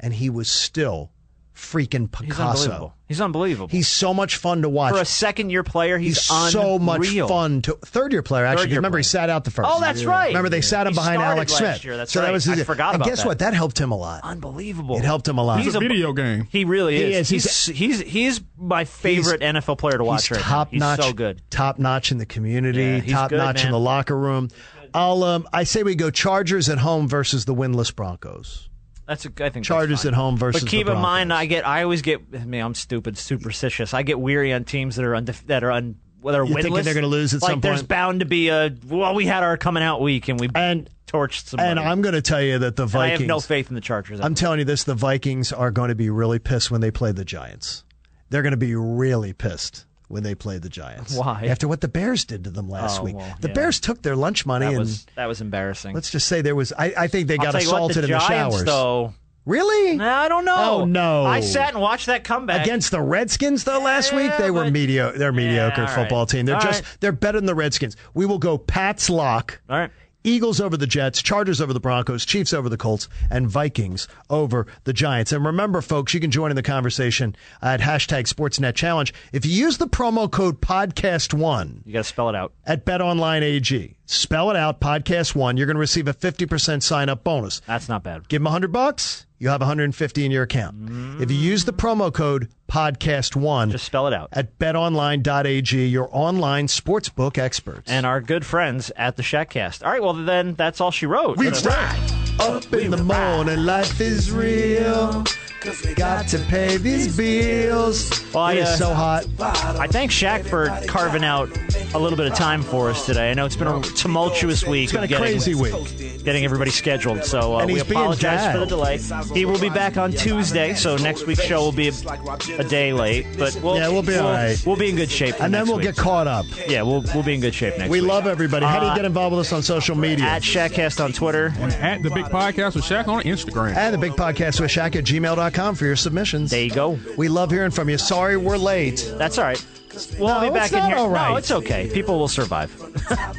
[SPEAKER 6] and he was still freaking
[SPEAKER 8] He's
[SPEAKER 6] Picasso.
[SPEAKER 8] unbelievable. He's unbelievable.
[SPEAKER 6] He's so much fun to watch.
[SPEAKER 8] For a second year player, he's,
[SPEAKER 6] so much
[SPEAKER 8] unreal.
[SPEAKER 6] fun to third year player actually. 'cause
[SPEAKER 8] Third-year
[SPEAKER 6] remember he sat out the first.
[SPEAKER 8] Oh, that's right.
[SPEAKER 6] Remember they sat him
[SPEAKER 8] He
[SPEAKER 6] behind
[SPEAKER 8] started
[SPEAKER 6] Alex
[SPEAKER 8] last
[SPEAKER 6] Smith.
[SPEAKER 8] year, that's
[SPEAKER 6] so
[SPEAKER 8] right.
[SPEAKER 6] that was
[SPEAKER 8] I
[SPEAKER 6] his,
[SPEAKER 8] forgot
[SPEAKER 6] and
[SPEAKER 8] about
[SPEAKER 6] guess
[SPEAKER 8] that.
[SPEAKER 6] what? That helped him a lot.
[SPEAKER 8] Unbelievable.
[SPEAKER 6] It helped him a lot.
[SPEAKER 9] It's a video game.
[SPEAKER 8] He really
[SPEAKER 6] He
[SPEAKER 8] is.
[SPEAKER 6] is.
[SPEAKER 8] He's, he's he's my favorite NFL player to watch
[SPEAKER 6] He's
[SPEAKER 8] right
[SPEAKER 6] top
[SPEAKER 8] now.
[SPEAKER 6] notch.
[SPEAKER 8] He's so good.
[SPEAKER 6] Top notch in the community.
[SPEAKER 8] Yeah, he's
[SPEAKER 6] top
[SPEAKER 8] good,
[SPEAKER 6] notch
[SPEAKER 8] man.
[SPEAKER 6] in the locker room. I'll um, I say we go Chargers at home versus the winless Broncos.
[SPEAKER 8] That's a, I think that's
[SPEAKER 6] Chargers
[SPEAKER 8] fine.
[SPEAKER 6] at home versus
[SPEAKER 8] But keep
[SPEAKER 6] the
[SPEAKER 8] in
[SPEAKER 6] Broncos.
[SPEAKER 8] mind, I get I always get. I mean, I'm stupid, superstitious. I get weary on teams that are undef- that are un whether
[SPEAKER 6] You're thinking
[SPEAKER 8] winless.
[SPEAKER 6] they're gonna lose at
[SPEAKER 8] like,
[SPEAKER 6] some
[SPEAKER 8] There's
[SPEAKER 6] point.
[SPEAKER 8] bound to be a well, we had our coming out week and we
[SPEAKER 6] and
[SPEAKER 8] torched some.
[SPEAKER 6] and I'm going to tell you that the
[SPEAKER 8] I
[SPEAKER 6] Vikings.
[SPEAKER 8] have no faith in the Chargers.
[SPEAKER 6] I'm telling you this: the Vikings are going to be really pissed when they play the Giants. They're going to be really pissed when they play the Giants.
[SPEAKER 8] Why?
[SPEAKER 6] After what the Bears did to them last
[SPEAKER 8] Oh,
[SPEAKER 6] week,
[SPEAKER 8] well,
[SPEAKER 6] the
[SPEAKER 8] yeah.
[SPEAKER 6] Bears took their lunch money
[SPEAKER 8] that
[SPEAKER 6] and
[SPEAKER 8] was that was embarrassing.
[SPEAKER 6] let's just say there was. I, I think they
[SPEAKER 8] I'll
[SPEAKER 6] got
[SPEAKER 8] tell you what,
[SPEAKER 6] assaulted
[SPEAKER 8] the
[SPEAKER 6] in the
[SPEAKER 8] Giants,
[SPEAKER 6] showers.
[SPEAKER 8] Though
[SPEAKER 6] Really?
[SPEAKER 8] No, I don't know.
[SPEAKER 6] Oh, no.
[SPEAKER 8] I sat and watched that comeback
[SPEAKER 6] Against the Redskins though last week they were mediocre. They're a mediocre
[SPEAKER 8] all right.
[SPEAKER 6] football team. They're
[SPEAKER 8] All
[SPEAKER 6] just
[SPEAKER 8] right.
[SPEAKER 6] they're better than the Redskins. We will go Pats lock.
[SPEAKER 8] All right.
[SPEAKER 6] Eagles over the Jets, Chargers over the Broncos, Chiefs over the Colts, and Vikings over the Giants. And remember, folks, you can join in the conversation at hashtag Sportsnet Challenge. If you use the promo code podcast1,
[SPEAKER 8] You got to spell it out.
[SPEAKER 6] at betonlineag. Spell it out, podcast one. You're going to receive a 50% sign up bonus.
[SPEAKER 8] That's not bad.
[SPEAKER 6] Give them 100 bucks. You have 150 in your account. If you use the promo code podcast one, just
[SPEAKER 8] spell it out
[SPEAKER 6] at betonline.ag, your online sportsbook experts.
[SPEAKER 8] and our good friends at the Shackcast. All right, well then that's all she wrote.
[SPEAKER 6] We
[SPEAKER 8] So-
[SPEAKER 6] ride up in the morning, life is real. Cause they got to pay these bills.
[SPEAKER 8] Well, I,
[SPEAKER 6] it
[SPEAKER 8] uh,
[SPEAKER 6] is so hot.
[SPEAKER 8] I thank Shaq for carving out a little bit of time for us today. I know it's been a tumultuous week. It's
[SPEAKER 6] been a crazy
[SPEAKER 8] week. Getting everybody scheduled, so uh,
[SPEAKER 6] And
[SPEAKER 8] we
[SPEAKER 6] he's being
[SPEAKER 8] apologize for the
[SPEAKER 6] dad.
[SPEAKER 8] delay. He will be back on Tuesday, so next week's show will be a, a day late. But we'll,
[SPEAKER 6] Yeah, we'll be all right.
[SPEAKER 8] We'll be in good shape, for
[SPEAKER 6] And then
[SPEAKER 8] next
[SPEAKER 6] we'll
[SPEAKER 8] week.
[SPEAKER 6] get caught up.
[SPEAKER 8] Yeah, we'll we'll be in good shape next
[SPEAKER 6] We
[SPEAKER 8] week.
[SPEAKER 6] love everybody. How do you
[SPEAKER 8] Uh,
[SPEAKER 6] get involved with us on social media?
[SPEAKER 8] At Shaqcast on Twitter.
[SPEAKER 9] And at the big podcast with Shaq on Instagram.
[SPEAKER 6] And the big podcast with Shaq at gmail.com for your submissions. There
[SPEAKER 8] you go.
[SPEAKER 6] We love hearing from you. Sorry we're late.
[SPEAKER 8] That's all right. We'll
[SPEAKER 6] No,
[SPEAKER 8] be
[SPEAKER 6] it's
[SPEAKER 8] back in
[SPEAKER 6] not
[SPEAKER 8] here.
[SPEAKER 6] all right.
[SPEAKER 8] No, it's okay. People will survive.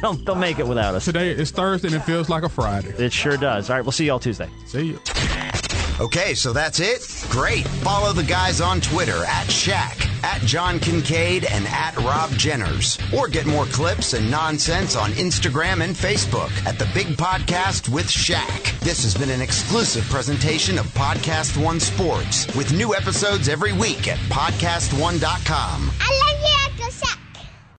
[SPEAKER 8] they'll, they'll make it without us.
[SPEAKER 9] Today is Thursday and it feels like a Friday.
[SPEAKER 8] It sure does. All right, we'll see y'all Tuesday.
[SPEAKER 9] See you.
[SPEAKER 2] Okay, so that's it? Great. Follow the guys on Twitter at Shaq, at John Kincaid, and at Rob Jenners. Or get more clips and nonsense on Instagram and Facebook at The Big Podcast with Shaq. This has been an exclusive presentation of Podcast One Sports with new episodes every week at podcastone.com.
[SPEAKER 5] I love you.